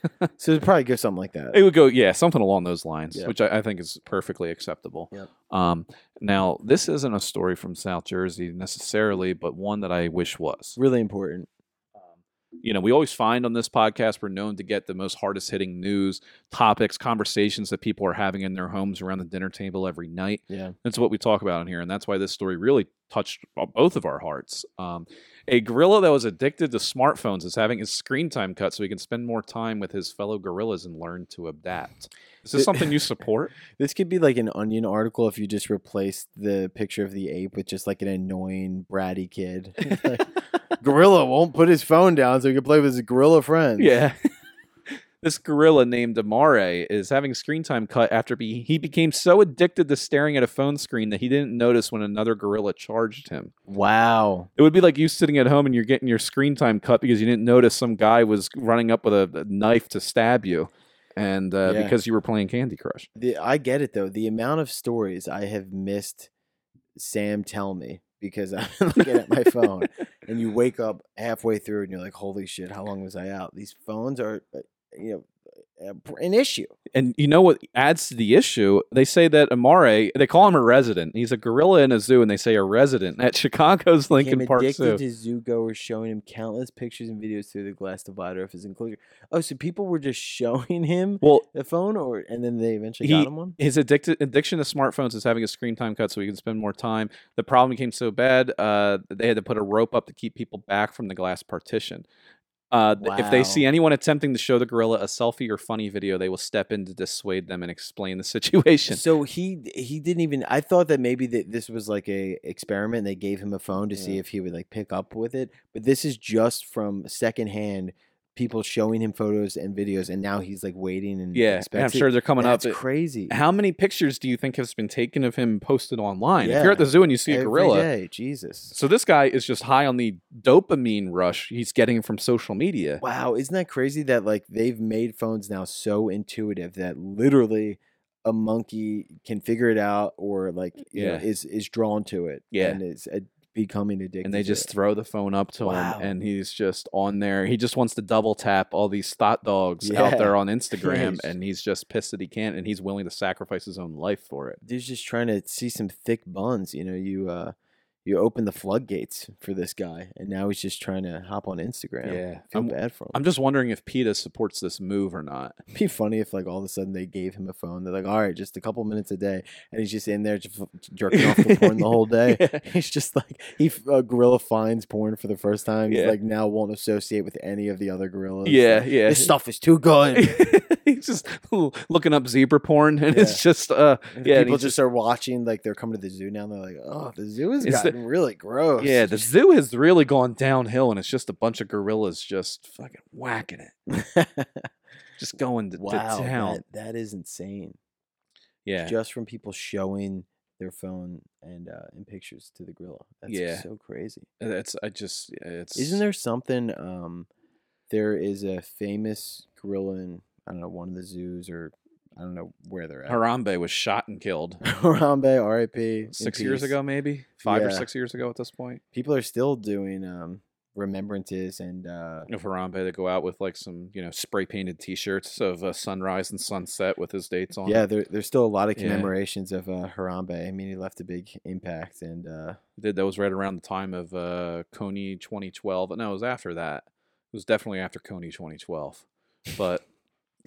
Speaker 2: *laughs* so it'd probably go something like that.
Speaker 3: It would go, yeah, something along those lines,
Speaker 2: Yeah.
Speaker 3: which I, I think is perfectly acceptable.
Speaker 2: Yep.
Speaker 3: Um, now this isn't a story from South Jersey necessarily, but one that I wish was.
Speaker 2: Really important.
Speaker 3: Um, you know, we always find on this podcast we're known to get the most hardest hitting news, topics, conversations that people are having in their homes around the dinner table every night.
Speaker 2: Yeah.
Speaker 3: That's what we talk about in here, and that's why this story really touched on both of our hearts. Um, a gorilla that was addicted to smartphones is having his screen time cut so he can spend more time with his fellow gorillas and learn to adapt. Is this
Speaker 2: It-
Speaker 3: something you support?
Speaker 2: This could be like an onion article if you just replaced the picture of the ape with just like an annoying bratty kid. *laughs* It's like, *laughs* gorilla won't put his phone down so he can play with his gorilla friends.
Speaker 3: Yeah. *laughs* this gorilla named Amare is having screen time cut after be- he became so addicted to staring at a phone screen that he didn't notice when another gorilla charged him.
Speaker 2: Wow.
Speaker 3: It would be like you sitting at home and you're getting your screen time cut because you didn't notice some guy was running up with a, a knife to stab you. And uh,
Speaker 2: Yeah.
Speaker 3: because you were playing Candy Crush.
Speaker 2: The, I get it though. The amount of stories I have missed Sam tell me because *laughs* I'm looking at my phone *laughs* and you wake up halfway through and you're like, holy shit, how long was I out? These phones are, uh, you know, uh, an issue.
Speaker 3: *laughs* And you know what adds to the issue? They say that Amare, they call him a resident. He's a gorilla in a zoo, and they say a resident at Chicago's Lincoln
Speaker 2: Became
Speaker 3: Park Zoo.
Speaker 2: addicted to zoogoers showing him countless pictures and videos through the glass divider of his enclosure. Oh, so people were just showing *laughs* him
Speaker 3: well,
Speaker 2: the phone, or and then they eventually
Speaker 3: He-
Speaker 2: got him one.
Speaker 3: his addicted addiction to smartphones is having his screen time cut so he can spend more time. The problem became so bad uh, that they had to put a rope up to keep people back from the glass partition. Uh, th- If they see
Speaker 2: Wow.
Speaker 3: anyone attempting to show the gorilla a selfie or funny video, they will step in to dissuade them and explain the situation.
Speaker 2: So he he didn't even. I thought that maybe that this was like a experiment. They gave him a phone to see
Speaker 3: Yeah.
Speaker 2: if he would like pick up with it. But this is just from secondhand people showing him photos and videos, and now he's like waiting and
Speaker 3: *laughs* Yeah, and I'm
Speaker 2: expects it.
Speaker 3: sure they're coming
Speaker 2: That's
Speaker 3: up. eh,
Speaker 2: crazy.
Speaker 3: How many pictures do you think has been taken of him and posted online? If
Speaker 2: Yeah.
Speaker 3: you're at the zoo and you *laughs* see a
Speaker 2: Every
Speaker 3: gorilla,
Speaker 2: day, Jesus.
Speaker 3: so this guy is just high on the dopamine rush he's getting from social media.
Speaker 2: Wow, isn't that crazy that like they've made phones now so intuitive that literally a monkey can figure it out or like you know,
Speaker 3: Yeah.
Speaker 2: is is drawn to it
Speaker 3: Yeah.
Speaker 2: and is uh, becoming addicted
Speaker 3: and they
Speaker 2: to
Speaker 3: just
Speaker 2: it.
Speaker 3: throw the phone up to
Speaker 2: Wow.
Speaker 3: him and he's just on there he just wants to double tap all these thought dogs
Speaker 2: Yeah. *laughs*
Speaker 3: out there on instagram
Speaker 2: Yes.
Speaker 3: and he's just pissed that he can't and he's willing to sacrifice his own life for it
Speaker 2: Dude's just trying to see some thick buns. You know, you uh, you open the floodgates for this guy, and now he's just trying to hop on Instagram. feel
Speaker 3: I'm,
Speaker 2: bad for him.
Speaker 3: I'm just wondering if PETA supports this move or not.
Speaker 2: It'd *laughs* be funny if like all of a sudden they gave him a phone. They're like, all right, just a couple minutes a day, and he's just in there just jerking off the porn the
Speaker 3: *laughs*
Speaker 2: whole day. He's just like he f- a gorilla finds porn for the first time. He's
Speaker 3: Yeah.
Speaker 2: like now won't associate with any of the other gorillas.
Speaker 3: *laughs* yeah,
Speaker 2: Like,
Speaker 3: yeah.
Speaker 2: this stuff is too
Speaker 3: *laughs*
Speaker 2: good.
Speaker 3: he's just looking up zebra porn and it's just uh
Speaker 2: And
Speaker 3: Yeah, and
Speaker 2: people
Speaker 3: he's
Speaker 2: just, are watching. Like they're coming to the zoo now. And they're like, oh, the zoo has
Speaker 3: Is that-
Speaker 2: gotten really gross. *laughs*
Speaker 3: yeah, the zoo has really gone downhill and it's just a bunch of gorillas just fucking whacking it. Just going to, to
Speaker 2: wow,
Speaker 3: town.
Speaker 2: that, that is insane.
Speaker 3: yeah.
Speaker 2: Just from people showing their phone and uh, and pictures to the gorilla. That's
Speaker 3: Yeah.
Speaker 2: so crazy.
Speaker 3: That's I just it's
Speaker 2: Isn't there something? Um, there is a famous gorilla in I don't know one of the zoos or I don't know where they're at.
Speaker 3: Harambe was shot and killed
Speaker 2: *laughs* Harambe, R.I.P. in
Speaker 3: six years
Speaker 2: peace.
Speaker 3: ago, maybe five or
Speaker 2: Yeah.
Speaker 3: six years ago at this point.
Speaker 2: People are still doing um, remembrances and uh,
Speaker 3: Of Harambe to go out with like some you know spray painted T shirts of uh, sunrise and sunset with his dates on.
Speaker 2: yeah, there, there's still a lot of
Speaker 3: Yeah.
Speaker 2: commemorations of uh, Harambe. I mean, he left a big impact and uh, *laughs*
Speaker 3: did that was right around the time of uh, Coney 2012. No, it was after that. It was definitely after Coney 2012. But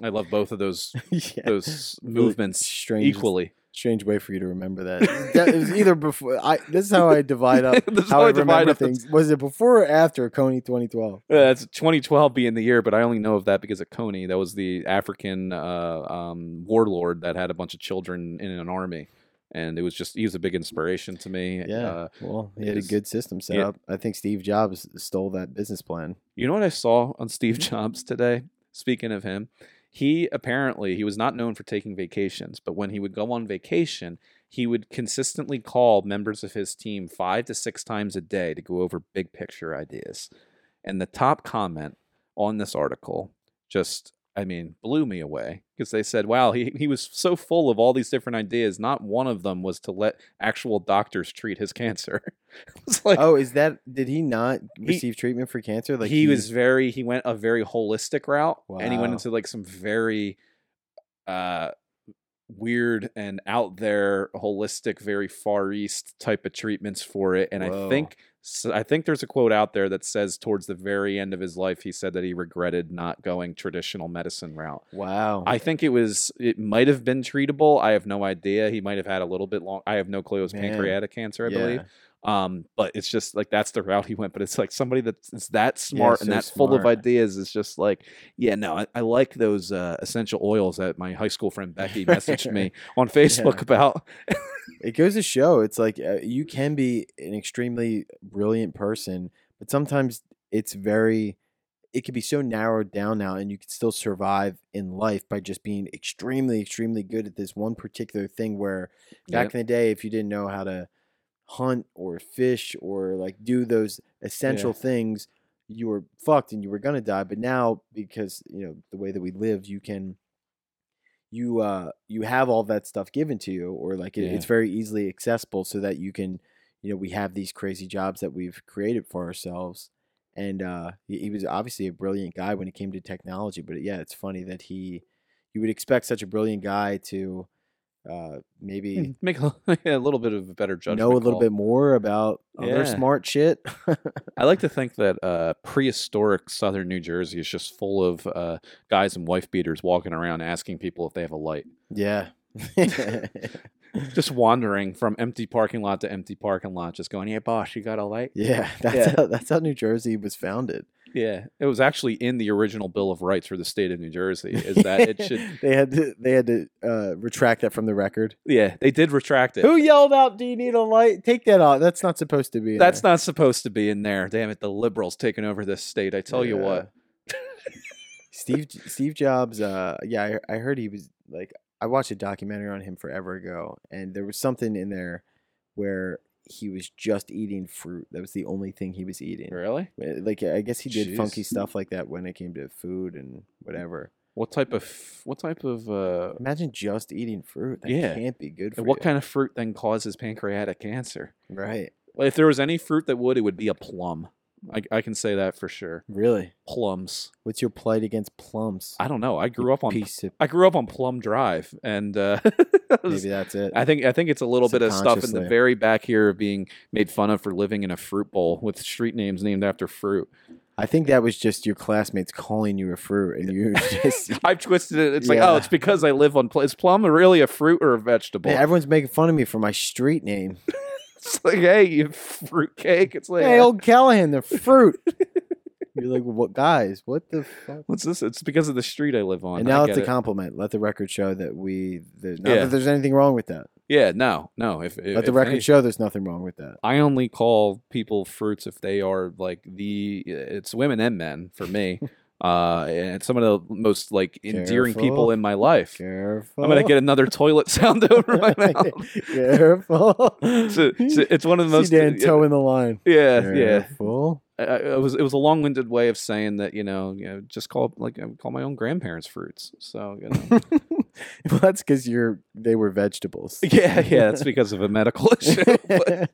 Speaker 3: I love both
Speaker 2: *laughs*
Speaker 3: of those
Speaker 2: yeah,
Speaker 3: those
Speaker 2: Really
Speaker 3: movements
Speaker 2: strange,
Speaker 3: equally.
Speaker 2: strange way for you to remember
Speaker 3: *laughs*
Speaker 2: that. that it was either before I. This is how I divide up.
Speaker 3: This is
Speaker 2: How
Speaker 3: how
Speaker 2: I
Speaker 3: divide
Speaker 2: remember
Speaker 3: up the-
Speaker 2: things. Was it before or after Coney 2012?
Speaker 3: Uh, That's 2012 being the year, but I only know of that because of Coney. That was the African uh, um, warlord that had a bunch of children in an army, and it was just he was a big inspiration to me.
Speaker 2: Yeah.
Speaker 3: Uh,
Speaker 2: Well, he had a
Speaker 3: is-
Speaker 2: good system set
Speaker 3: yeah.
Speaker 2: up. I think Steve Jobs stole that business plan.
Speaker 3: you know what I saw on Steve *laughs* Jobs today? Speaking of him, he apparently he was not known for taking vacations, but when he would go on vacation, he would consistently call members of his team five to six times a day to go over big picture ideas. And the top comment on this article just, I mean, blew me away because they said, wow, he, he was so full of all these different ideas. Not one of them was to let actual doctors treat his *laughs* cancer. it's *laughs* like,
Speaker 2: Oh, is that? Did he not receive treatment for cancer? Like
Speaker 3: he was very he went a very holistic route and he went
Speaker 2: Wow.
Speaker 3: into like some very uh weird and out there holistic very far east type of treatments for it and
Speaker 2: Whoa.
Speaker 3: i think so i think there's a quote out there that says towards the very end of his life he said that he regretted not going traditional medicine route
Speaker 2: Wow.
Speaker 3: i think it was it might have been treatable i have no idea he might have had a little bit long i have no clue it was
Speaker 2: Man.
Speaker 3: pancreatic cancer i
Speaker 2: Yeah.
Speaker 3: believe um but it's just like that's the route he went but it's like somebody that's is that smart and
Speaker 2: so
Speaker 3: that full of
Speaker 2: smart.
Speaker 3: ideas is just like yeah no i, I like those uh, essential oils that my high school friend
Speaker 2: *laughs*
Speaker 3: becky messaged me on facebook
Speaker 2: Yeah.
Speaker 3: about
Speaker 2: It goes to show it's like uh, you can be an extremely brilliant person, but sometimes it's very it can be so narrowed down now and you can still survive in life by just being extremely extremely good at this one particular thing where back
Speaker 3: Yep.
Speaker 2: in the day if you didn't know how to hunt or fish or like do those essential things you were fucked and you were gonna die but now because you know the way that we live you can you uh you have all that stuff given to you or like it,
Speaker 3: Yeah.
Speaker 2: it's very easily accessible so that you can you know we have these crazy jobs that we've created for ourselves and uh he, he was obviously a brilliant guy when it came to technology but yeah it's funny that he you would expect such a brilliant guy to uh maybe
Speaker 3: make a, *laughs* a little bit of a better judgment
Speaker 2: know a little
Speaker 3: call.
Speaker 2: bit more about
Speaker 3: Yeah.
Speaker 2: other smart shit *laughs*
Speaker 3: I like to think that uh, prehistoric southern New Jersey is just full of uh, guys and wife beaters walking around asking people if they have a light. *laughs*
Speaker 2: yeah
Speaker 3: Just wandering from empty parking lot to empty parking lot, just going, "Hey, boss, you got a light?"
Speaker 2: *laughs* yeah that's
Speaker 3: Yeah.
Speaker 2: How, that's how new jersey was founded
Speaker 3: Yeah, it was actually in the original Bill of Rights for the state of New Jersey. Is *laughs* that it should?
Speaker 2: *laughs* they had to they had to uh retract that from the record
Speaker 3: Yeah, they did retract it.
Speaker 2: Who yelled out, "Do you need a light?" Take that out. That's not supposed to be. in
Speaker 3: That's
Speaker 2: there.
Speaker 3: not supposed to be in there. Damn it, the liberals taking over this state. I tell you
Speaker 2: Yeah.
Speaker 3: what.
Speaker 2: Steve. Steve Jobs. Uh, yeah, I, I heard he was like. I watched a documentary on him forever ago, and there was something in there where he was just eating fruit. That was the only thing he was eating.
Speaker 3: Really?
Speaker 2: Uh, Like I guess he did
Speaker 3: Jeez.
Speaker 2: funky stuff like that when it came to food and whatever.
Speaker 3: What type of what type of uh,
Speaker 2: Imagine just eating fruit. That
Speaker 3: Yeah.
Speaker 2: can't be good for
Speaker 3: what
Speaker 2: you.
Speaker 3: kind of fruit then causes pancreatic cancer?
Speaker 2: Right.
Speaker 3: Well, if there was any fruit that would, it would be a plum. I, I can say that for sure.
Speaker 2: Really.
Speaker 3: Plums.
Speaker 2: What's your plight against plums?
Speaker 3: I don't know. I
Speaker 2: You
Speaker 3: grew up on
Speaker 2: piece
Speaker 3: *laughs*
Speaker 2: of-
Speaker 3: I grew up on Plum Drive, and uh, *laughs*
Speaker 2: maybe that's it.
Speaker 3: I think I think it's a little bit of stuff in the
Speaker 2: Subconsciously.
Speaker 3: very back here of being made fun of for living in a fruit bowl with street names named after fruit.
Speaker 2: I think that was just your classmates calling you a fruit, and
Speaker 3: *laughs*
Speaker 2: you just
Speaker 3: I've twisted it. It's like, oh,
Speaker 2: Yeah.
Speaker 3: it's because I live on pl- is plum really a fruit or a vegetable?
Speaker 2: Man, everyone's making fun of me for my street name.
Speaker 3: *laughs* It's like, hey, you fruit cake. It's like,
Speaker 2: Hey, old Callahan, the
Speaker 3: *laughs*
Speaker 2: fruit. You're like, what guys? What the fuck?
Speaker 3: what's this? It's because of the street I live on.
Speaker 2: And
Speaker 3: I
Speaker 2: now it's
Speaker 3: get
Speaker 2: a
Speaker 3: it.
Speaker 2: compliment. Let the record show that we. The, not
Speaker 3: Yeah.
Speaker 2: that there's anything wrong with that.
Speaker 3: yeah, no, no. If, if
Speaker 2: Let the
Speaker 3: if
Speaker 2: record
Speaker 3: any-
Speaker 2: show there's nothing wrong with that.
Speaker 3: I only call people fruits if they are like the it's women and men
Speaker 2: *laughs*
Speaker 3: for me. uh and some of the most like endearing people
Speaker 2: Careful.
Speaker 3: in my life.
Speaker 2: Careful.
Speaker 3: I'm gonna get *laughs* another
Speaker 2: Oh.
Speaker 3: toilet sound over my mouth.
Speaker 2: *laughs*
Speaker 3: *laughs*
Speaker 2: Careful. *laughs*
Speaker 3: It's, a- it's a- it's one of the
Speaker 2: See
Speaker 3: most
Speaker 2: Dan toe in the line.
Speaker 3: yeah, yeah.
Speaker 2: Careful. *laughs*
Speaker 3: I, I it was it was a long winded way of saying that you know you know just call like I would call my own grandparents fruits. So
Speaker 2: *laughs*
Speaker 3: you know.
Speaker 2: well, that's because you're. They were vegetables.
Speaker 3: *laughs* yeah, yeah. That's because of a
Speaker 2: *laughs*
Speaker 3: medical issue. but-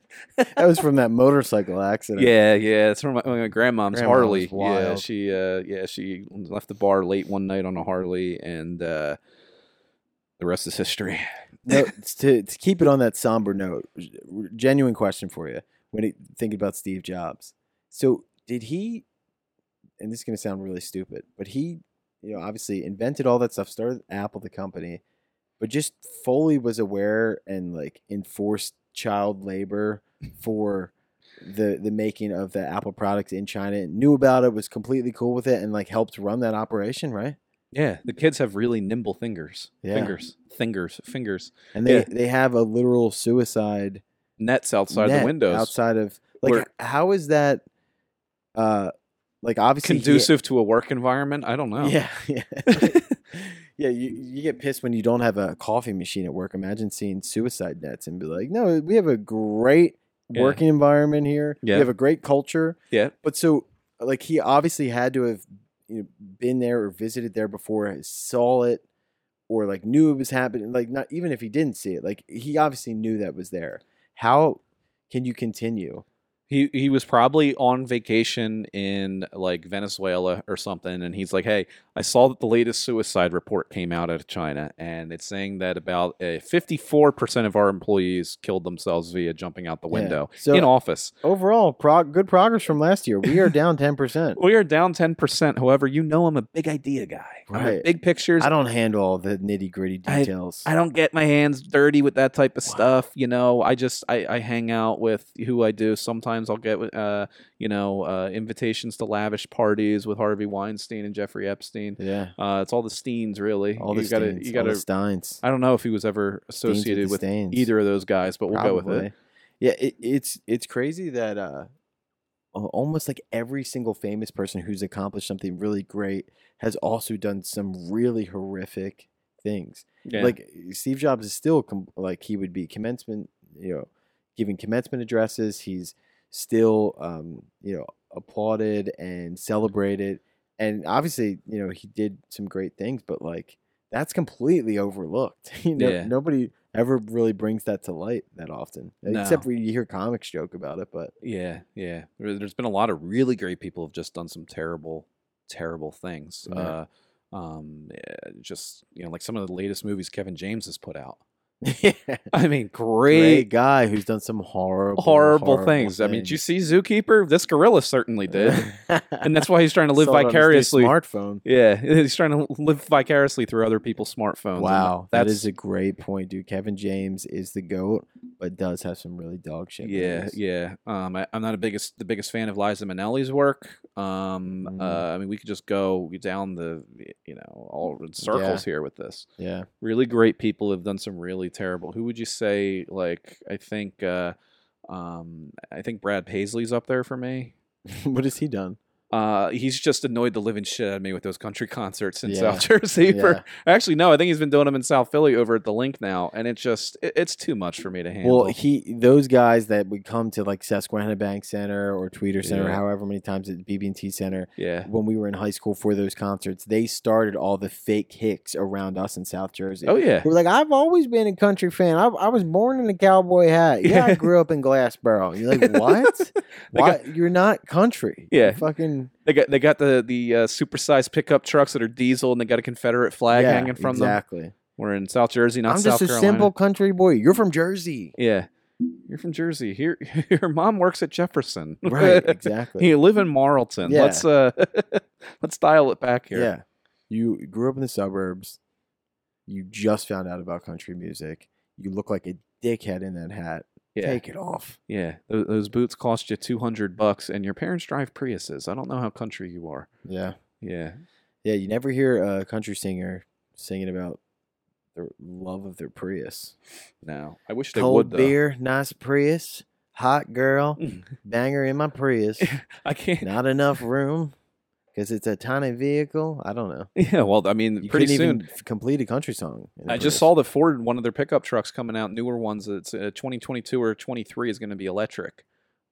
Speaker 2: that was from that motorcycle accident.
Speaker 3: Yeah, yeah. It's from my, my grandmom's
Speaker 2: Grandma was
Speaker 3: Harley. Yeah,
Speaker 2: wild.
Speaker 3: she uh yeah, she left the bar late one night on a Harley and uh the rest is history.
Speaker 2: no, it's to, to keep it on that somber note, genuine question for you. When you think about Steve Jobs, so did he? And this is going to sound really stupid, but he, you know, obviously invented all that stuff, started Apple, the company, but just fully was aware and like enforced child labor for the the making of the Apple products in China. Knew about it, was completely cool with it, and like helped run that operation, right?
Speaker 3: Yeah, the kids have really nimble fingers.
Speaker 2: Yeah.
Speaker 3: Fingers, fingers, fingers.
Speaker 2: And they
Speaker 3: Yeah.
Speaker 2: they have a literal suicide
Speaker 3: Nets outside
Speaker 2: net
Speaker 3: the windows.
Speaker 2: outside of like
Speaker 3: Where-
Speaker 2: h- how is that uh like obviously he-
Speaker 3: Conducive to a work environment? I don't know. *laughs*
Speaker 2: yeah yeah yeah you, you get pissed when you don't have a coffee machine at work imagine seeing suicide nets and be like no we have a great
Speaker 3: Yeah.
Speaker 2: working environment here
Speaker 3: Yeah.
Speaker 2: we have a great culture
Speaker 3: Yeah.
Speaker 2: but so like he obviously had to have you know, been there or visited there before saw it or like knew it was happening like not even if he didn't see it like he obviously knew that was there how can you continue
Speaker 3: He he was probably on vacation in like Venezuela or something, and he's like, "Hey, I saw that the latest suicide report came out of China, and it's saying that about eh, fifty-four percent of our employees killed themselves via jumping out the
Speaker 2: Yeah.
Speaker 3: window
Speaker 2: So-
Speaker 3: in office.
Speaker 2: Overall, prog- good progress from last year. We are down 10%.
Speaker 3: We are down ten percent. However, you know I'm a big idea guy. I'm a
Speaker 2: Right.
Speaker 3: big pictures.
Speaker 2: I don't handle all the nitty gritty
Speaker 3: I-
Speaker 2: details.
Speaker 3: I don't get my hands dirty with that type of stuff. You know, I just I, I hang out with who I do. Sometimes I'll get uh you know uh, invitations to lavish parties with Harvey Weinstein and Jeffrey Epstein.
Speaker 2: yeah.
Speaker 3: Uh, it's all the Steens really.
Speaker 2: All the
Speaker 3: you gotta
Speaker 2: Steins,
Speaker 3: you
Speaker 2: all the
Speaker 3: gotta.
Speaker 2: Steins.
Speaker 3: I don't know if he was ever
Speaker 2: Steins
Speaker 3: associated
Speaker 2: the
Speaker 3: with
Speaker 2: Steins.
Speaker 3: either of those guys, but we'll go with it.
Speaker 2: Yeah, it, it's it's crazy that uh, al- almost like every single famous person who's accomplished something really great has also done some really horrific things.
Speaker 3: Yeah.
Speaker 2: Like Steve Jobs is still com- like he would be commencement, you know, giving commencement addresses. He's still, um, you know, applauded and celebrated. And obviously, you know, he did some great things, but like that's completely overlooked. *laughs* you know,
Speaker 3: Yeah.
Speaker 2: nobody ever really brings that to light that often, uh, except for
Speaker 3: No.
Speaker 2: you hear comics joke about it. But *laughs*
Speaker 3: Yeah, yeah. There- There's been a lot of really great people who've just done some terrible, terrible things.
Speaker 2: Yeah.
Speaker 3: Uh, um, yeah, just you know, like some of the latest movies Kevin James has put out. *laughs* I mean,
Speaker 2: great
Speaker 3: great,
Speaker 2: guy who's done some horrible,
Speaker 3: horrible, things. I mean, did you see Zookeeper? This gorilla
Speaker 2: *laughs*
Speaker 3: certainly did, and that's why he's trying to live vicariously.
Speaker 2: Smartphone.
Speaker 3: Yeah, *laughs* he's trying to live vicariously through other people's smartphones. and
Speaker 2: Wow, that
Speaker 3: that's
Speaker 2: is a great point, dude. Kevin James is the goat, but does have some really dog shit.
Speaker 3: Yeah,
Speaker 2: movies.
Speaker 3: yeah. Um, I, I'm not a biggest the biggest fan of Liza Minnelli's work. Um,
Speaker 2: Mm.
Speaker 3: uh, I mean, we could just go down the you know all in circles here with this.
Speaker 2: yeah. *laughs*
Speaker 3: Really great people have done some really terrible. Who would you say? Like, I think, uh, um, I think Brad Paisley's up there for me.
Speaker 2: what has he
Speaker 3: *laughs*
Speaker 2: done?
Speaker 3: Uh, he's just annoyed the living shit out of me with those country *laughs* concerts in
Speaker 2: Yeah.
Speaker 3: South Jersey.
Speaker 2: Yeah.
Speaker 3: For actually, no, I think he's been doing them in South Philly over at the Link now, and it just it, it's too much for me to handle.
Speaker 2: Well, he those guys that would come to like Susquehanna Bank Center or Tweeter Center,
Speaker 3: Yeah.
Speaker 2: however many times at BB&T Center
Speaker 3: yeah,
Speaker 2: when we were in high school for those concerts, they started all the fake hicks around us in South Jersey.
Speaker 3: oh yeah,
Speaker 2: They were like, I've always been a country fan. I, I was born in a cowboy hat. Yeah, I
Speaker 3: *laughs* Yeah.
Speaker 2: grew up in Glassboro. You're like,
Speaker 3: *laughs*
Speaker 2: what? Why? You're not country. You're
Speaker 3: Yeah.
Speaker 2: fucking.
Speaker 3: They got they got the the uh, supersized pickup trucks that are diesel, and they got a Confederate flag
Speaker 2: yeah,
Speaker 3: hanging from them.
Speaker 2: exactly.
Speaker 3: We're in South Jersey, not
Speaker 2: I'm
Speaker 3: South
Speaker 2: just a
Speaker 3: Carolina.
Speaker 2: simple country boy. You're from Jersey.
Speaker 3: Yeah, you're from Jersey. Here, *laughs* your mom works at Jefferson. *laughs*
Speaker 2: Right, exactly.
Speaker 3: you live in Marlton.
Speaker 2: Yeah.
Speaker 3: Let's uh, *laughs* let's dial it back here.
Speaker 2: yeah. You grew up in the suburbs. You just found out about country music. You look like a dickhead in that hat.
Speaker 3: yeah,
Speaker 2: Take it off.
Speaker 3: yeah. Tho- Those, boots cost you two hundred bucks, and your parents drive Priuses. I don't know how country you are.
Speaker 2: Yeah.
Speaker 3: Yeah,
Speaker 2: Yeah, you never hear a country singer singing about the love of their Prius.
Speaker 3: no, I wish they
Speaker 2: Cold
Speaker 3: would. Though.
Speaker 2: beer, nice Prius, hot
Speaker 3: *laughs*
Speaker 2: girl,
Speaker 3: Mm.
Speaker 2: banger in my
Speaker 3: *laughs*
Speaker 2: Prius.
Speaker 3: I can't.
Speaker 2: Not enough room because it's a tiny vehicle. I don't know.
Speaker 3: Yeah, well, I mean,
Speaker 2: You
Speaker 3: pretty
Speaker 2: couldn't
Speaker 3: soon.
Speaker 2: even f- complete a country song. in a
Speaker 3: I just
Speaker 2: Prius.
Speaker 3: saw the Ford one of their pickup trucks coming out, newer ones. It's uh, 2022 or 23 is going to be electric.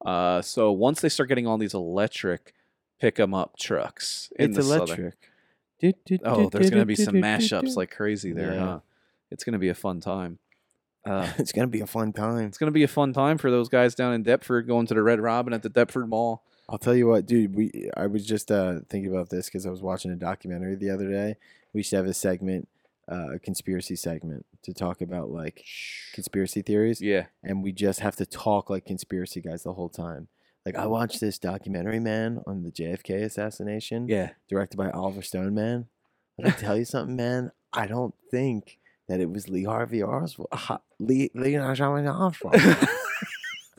Speaker 3: Uh, so once they start getting all these electric pick 'em up trucks, in
Speaker 2: it's
Speaker 3: the southern-
Speaker 2: electric.
Speaker 3: oh, there's going to be some mashups like crazy there,
Speaker 2: Yeah.
Speaker 3: huh? It's going to be a fun time. Uh,
Speaker 2: it's gonna be a fun time.
Speaker 3: it's going to be a fun time for those guys down in Deptford going to the Red Robin at the Deptford Mall.
Speaker 2: I'll tell you what, dude. We I was just uh, thinking about this because I was watching a documentary the other day. We should have a segment, uh, a conspiracy segment, to talk about like conspiracy theories,
Speaker 3: Yeah,
Speaker 2: and we just have to talk like conspiracy guys the whole time. Like I watched this documentary, man, on the JFK assassination,
Speaker 3: yeah.
Speaker 2: directed by Oliver Stone, man. Let me tell you something, man. I don't think that it was Lee Harvey Oswald. Lee Leonard
Speaker 3: *laughs*
Speaker 2: Oswald.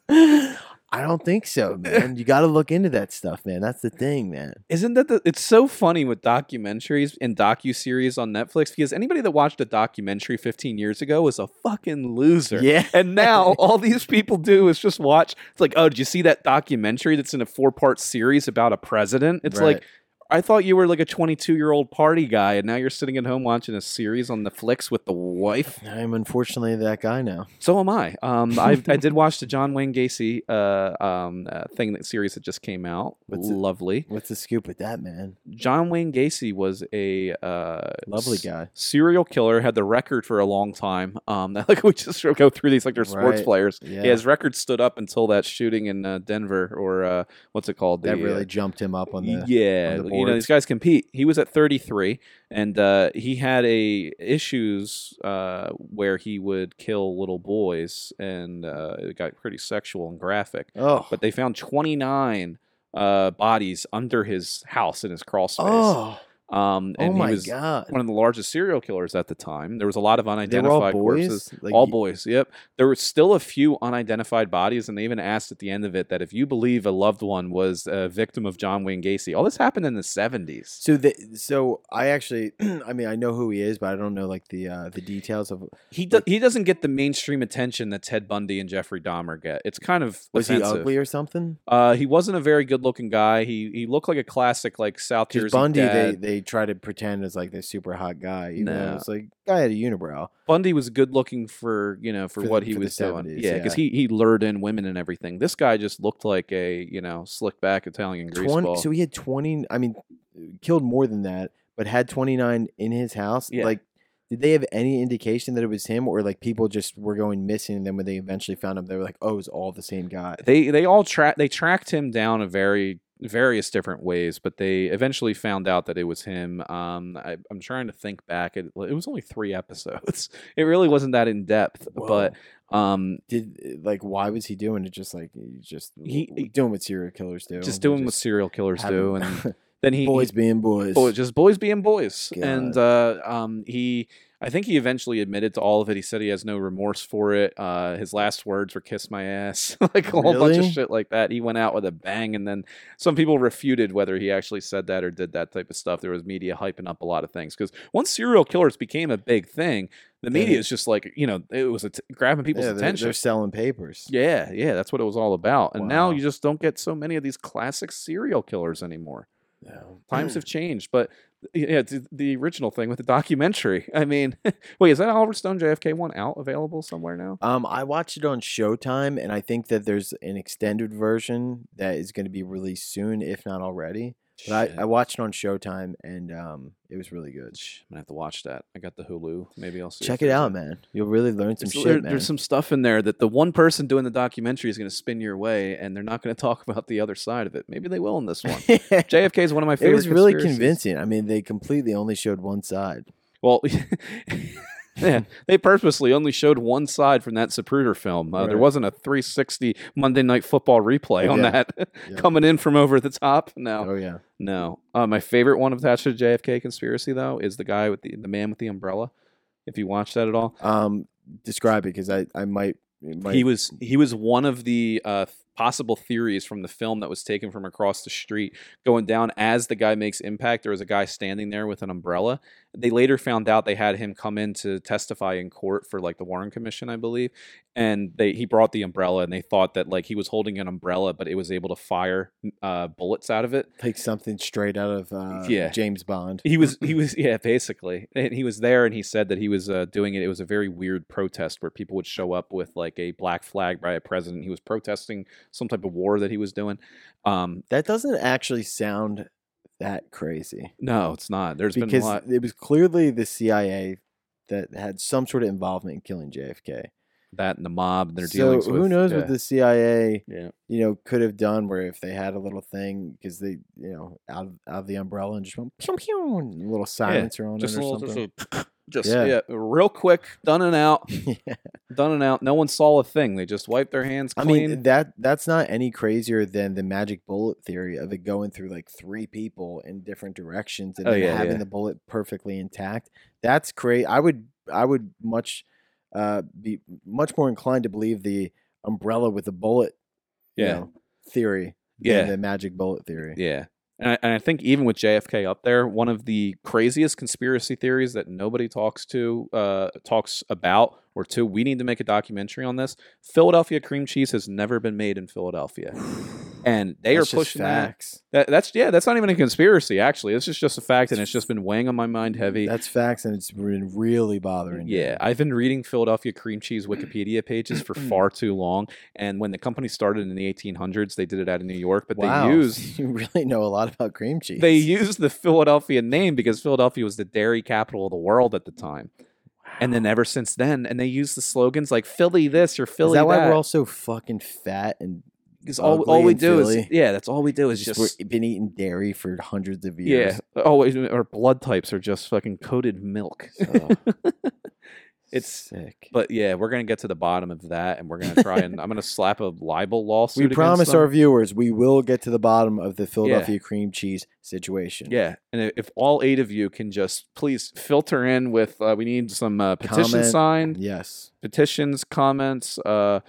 Speaker 2: I don't think so, man. You got to look into that stuff, man. That's the thing, man.
Speaker 3: *laughs* Isn't that the, it's so funny with documentaries and docu series on Netflix because anybody that watched a documentary 15 years ago was a fucking loser.
Speaker 2: Yeah. *laughs*
Speaker 3: And now all these people do is just watch. It's like, oh, did you see that documentary that's in a four part series about a president? It's
Speaker 2: Right.
Speaker 3: like, I thought you were like a 22 year old party guy, and now you're sitting at home watching a series on the flicks with the wife.
Speaker 2: I'm unfortunately that guy now.
Speaker 3: So am I. Um, I,
Speaker 2: *laughs*
Speaker 3: I did watch the John Wayne Gacy uh, um, uh, thing that series that just came out.
Speaker 2: What's it-
Speaker 3: Lovely.
Speaker 2: What's the scoop with that man?
Speaker 3: John Wayne Gacy was a uh,
Speaker 2: Lovely
Speaker 3: s-
Speaker 2: guy.
Speaker 3: serial killer. Had the record for a long time. Um, *laughs* like we just sort of go through these like they're sports
Speaker 2: Right.
Speaker 3: players.
Speaker 2: Yeah,
Speaker 3: Yeah, his record stood up until that shooting in uh, Denver, or uh, what's it called?
Speaker 2: that
Speaker 3: The, uh,
Speaker 2: really jumped him up on the.
Speaker 3: yeah,
Speaker 2: on the
Speaker 3: you know these
Speaker 2: boards.
Speaker 3: guys compete. He was at 33, and uh, he had a issues uh, where he would kill little boys, and uh, it got pretty sexual and graphic.
Speaker 2: Oh,
Speaker 3: But they found 29 uh, bodies under his house in his crawl space.
Speaker 2: oh,
Speaker 3: um,
Speaker 2: oh
Speaker 3: and
Speaker 2: my
Speaker 3: he was
Speaker 2: god!
Speaker 3: one of the largest serial killers at the time. There was a lot of
Speaker 2: They were all
Speaker 3: unidentified corpses
Speaker 2: boys. Like,
Speaker 3: all
Speaker 2: y-
Speaker 3: boys. Yep. There were still a few unidentified bodies, and they even asked at the end of it that if you believe a loved one was a victim of John Wayne Gacy, all this happened in the seventies.
Speaker 2: So the so I actually *clears throat* I mean I know who he is but I don't know like the uh the details of
Speaker 3: He do- he doesn't get the mainstream attention that Ted Bundy and Jeffrey Dahmer get. It's kind of
Speaker 2: was
Speaker 3: offensive.
Speaker 2: he ugly or something?
Speaker 3: Uh, he wasn't a very good looking guy. He he looked like a classic like South
Speaker 2: Because
Speaker 3: Jersey
Speaker 2: Bundy
Speaker 3: dad.
Speaker 2: they they try to pretend as like this super hot guy even
Speaker 3: No.
Speaker 2: though it's like guy had a unibrow.
Speaker 3: Bundy was good looking for you know for,
Speaker 2: For the-
Speaker 3: what he
Speaker 2: for the
Speaker 3: was doing.
Speaker 2: 70s,
Speaker 3: Yeah, because he he lured in women and everything. This guy just looked like a you know slick back Italian greaseball.
Speaker 2: Twenty so he had twenty I mean killed more than that but had twenty nine in his house
Speaker 3: Yeah.
Speaker 2: like. Did they have any indication that it was him, or like people just were going missing? And then when they eventually found him, they were like, "Oh, it was all the same guy."
Speaker 3: they they all track they tracked him down a very various different ways but they eventually found out that it was him um I, i'm trying to think back it, it was only three *laughs* episodes it really wasn't that in depth but um
Speaker 2: did like why was he doing it? Just like he just
Speaker 3: He-
Speaker 2: w- doing what serial killers do,
Speaker 3: just
Speaker 2: They
Speaker 3: doing what serial killers
Speaker 2: have
Speaker 3: do
Speaker 2: him-
Speaker 3: and
Speaker 2: *laughs*
Speaker 3: then he
Speaker 2: boys being boys.
Speaker 3: boy- just boys being boys and uh um he i think he eventually admitted to all of it he said he has no remorse for it uh his last words were kiss my ass *laughs* like a whole bunch of
Speaker 2: Really?
Speaker 3: shit like that he went out with a bang and then some people refuted whether he actually said that or did that type of stuff there was media hyping up a lot of things because once serial killers became a big thing the
Speaker 2: Then
Speaker 3: media
Speaker 2: it-
Speaker 3: is just like you know it was att- grabbing people's
Speaker 2: Yeah, they're,
Speaker 3: attention
Speaker 2: they're selling papers.
Speaker 3: yeah yeah that's what it was all about and now
Speaker 2: Wow.
Speaker 3: you just don't get so many of these classic serial killers anymore times
Speaker 2: Mm.
Speaker 3: have changed but yeah the, the original thing with the documentary *laughs* i mean wait is that oliver stone jfk one out available somewhere now
Speaker 2: Um, I watched it on Showtime, and I think that there's an extended version that is going to be released soon, if not already. But
Speaker 3: Shit.
Speaker 2: I, I watched it on Showtime, and um, it was really good.
Speaker 3: Shh, i'm gonna have to watch that i got the hulu maybe i'll see if
Speaker 2: Check it
Speaker 3: there's
Speaker 2: out,
Speaker 3: a-
Speaker 2: man. You'll really learn some
Speaker 3: there's,
Speaker 2: shit,
Speaker 3: there-
Speaker 2: man.
Speaker 3: there's some stuff in there that the one person doing the documentary is going to spin your way and they're not going to *laughs* talk about the other side of it maybe they will in
Speaker 2: *laughs*
Speaker 3: this one jfk is one of my favorite
Speaker 2: it was really
Speaker 3: conspiracies.
Speaker 2: convincing. I mean, they completely only showed one side.
Speaker 3: Well, *laughs* yeah, they purposely only showed one side from that Zapruder film. Uh, There
Speaker 2: Right.
Speaker 3: wasn't a 360 Monday Night Football replay on
Speaker 2: Yeah.
Speaker 3: that *laughs*
Speaker 2: Yeah.
Speaker 3: coming in from over the top. No,
Speaker 2: Oh yeah,
Speaker 3: no. Uh, my favorite one attached to the JFK conspiracy though is the guy with the the man with the umbrella. If you watch that at all,
Speaker 2: um, describe it because I I might, it might
Speaker 3: he was he was one of the uh, possible theories from the film that was taken from across the street going down as the guy makes impact there was a guy standing there with an umbrella they later found out they had him come in to testify in court for like the warren commission i believe and they he brought the umbrella and they thought that like he was holding an umbrella but it was able to fire uh, bullets out of it
Speaker 2: like something straight out of uh,
Speaker 3: Yeah.
Speaker 2: James Bond.
Speaker 3: he was
Speaker 2: *clears throat*
Speaker 3: he was yeah basically and he was there and he said that he was uh, doing it it was a very weird protest where people would show up with like a black flag by a president he was protesting some type of war that he was doing um
Speaker 2: That doesn't actually sound that crazy
Speaker 3: no it's not There's been
Speaker 2: because
Speaker 3: a lot
Speaker 2: it was clearly the CIA that had some sort of involvement in killing JFK.
Speaker 3: that and the mob and their
Speaker 2: So
Speaker 3: dealings
Speaker 2: who
Speaker 3: with,
Speaker 2: knows
Speaker 3: yeah.
Speaker 2: what the CIA,
Speaker 3: yeah
Speaker 2: you know, could have done? Where if they had a little thing because they, you know, out of, out of the umbrella and just went pew pew, and a little silencer on
Speaker 3: just
Speaker 2: it
Speaker 3: a
Speaker 2: or
Speaker 3: little just,
Speaker 2: something.
Speaker 3: a- just yeah.
Speaker 2: Yeah.
Speaker 3: real quick done and
Speaker 2: *laughs*
Speaker 3: out
Speaker 2: yeah.
Speaker 3: done and out no one saw a thing they just wiped their hands
Speaker 2: I
Speaker 3: clean
Speaker 2: mean that that's not any crazier than the magic bullet theory of it going through like three people in different directions and
Speaker 3: Oh,
Speaker 2: then
Speaker 3: yeah,
Speaker 2: having
Speaker 3: yeah.
Speaker 2: the bullet perfectly intact. That's crazy. I would I would much uh be much more inclined to believe the umbrella with the bullet you
Speaker 3: yeah
Speaker 2: know, theory
Speaker 3: Yeah.
Speaker 2: than the magic bullet theory.
Speaker 3: Yeah. And I, and I think even with JFK up there, one of the craziest conspiracy theories that nobody talks to, uh, talks about, or
Speaker 2: *sighs*
Speaker 3: to, we need to make a documentary on this. Philadelphia cream cheese has never been made in Philadelphia. and they
Speaker 2: That's
Speaker 3: are
Speaker 2: just
Speaker 3: pushing that.
Speaker 2: facts.
Speaker 3: that. That's yeah, that's not even a conspiracy. Actually, this is just a fact, and it's just been weighing on my mind heavy.
Speaker 2: That's facts, and it's been really bothering. you.
Speaker 3: Yeah, I've been reading Philadelphia cream cheese Wikipedia pages
Speaker 2: *clears throat*
Speaker 3: for far too long. And when the company started in the 1800s, they did it out of New York, but
Speaker 2: Wow.
Speaker 3: they
Speaker 2: *laughs*
Speaker 3: used
Speaker 2: you really know a lot about cream cheese.
Speaker 3: they used the Philadelphia name because Philadelphia was the dairy capital of the world at the time. And then ever since then, and they use the slogans like Philly this or
Speaker 2: Is
Speaker 3: Philly
Speaker 2: that
Speaker 3: that.
Speaker 2: why we're all so fucking fat and
Speaker 3: 'Cause all,
Speaker 2: ugly
Speaker 3: all we
Speaker 2: in
Speaker 3: do is
Speaker 2: Philly?
Speaker 3: yeah, that's all we do is
Speaker 2: just,
Speaker 3: just,
Speaker 2: we're, been eating dairy for hundreds of
Speaker 3: yeah. *laughs*
Speaker 2: years?
Speaker 3: Oh, our blood types are just fucking coated milk.
Speaker 2: So,
Speaker 3: It's-
Speaker 2: sick.
Speaker 3: But yeah, we're gonna get to the bottom of that, and we're gonna
Speaker 2: *laughs*
Speaker 3: try and I'm gonna slap a libel lawsuit.
Speaker 2: we
Speaker 3: against
Speaker 2: promise
Speaker 3: them.
Speaker 2: our viewers we will get to the bottom of the Philadelphia cream cheese situation.
Speaker 3: Yeah, and i- if all eight of you can just please filter in with, uh, we need some uh, petition
Speaker 2: Comment.
Speaker 3: signed, *laughs*
Speaker 2: Yes. *laughs*
Speaker 3: petitions, comments, uh,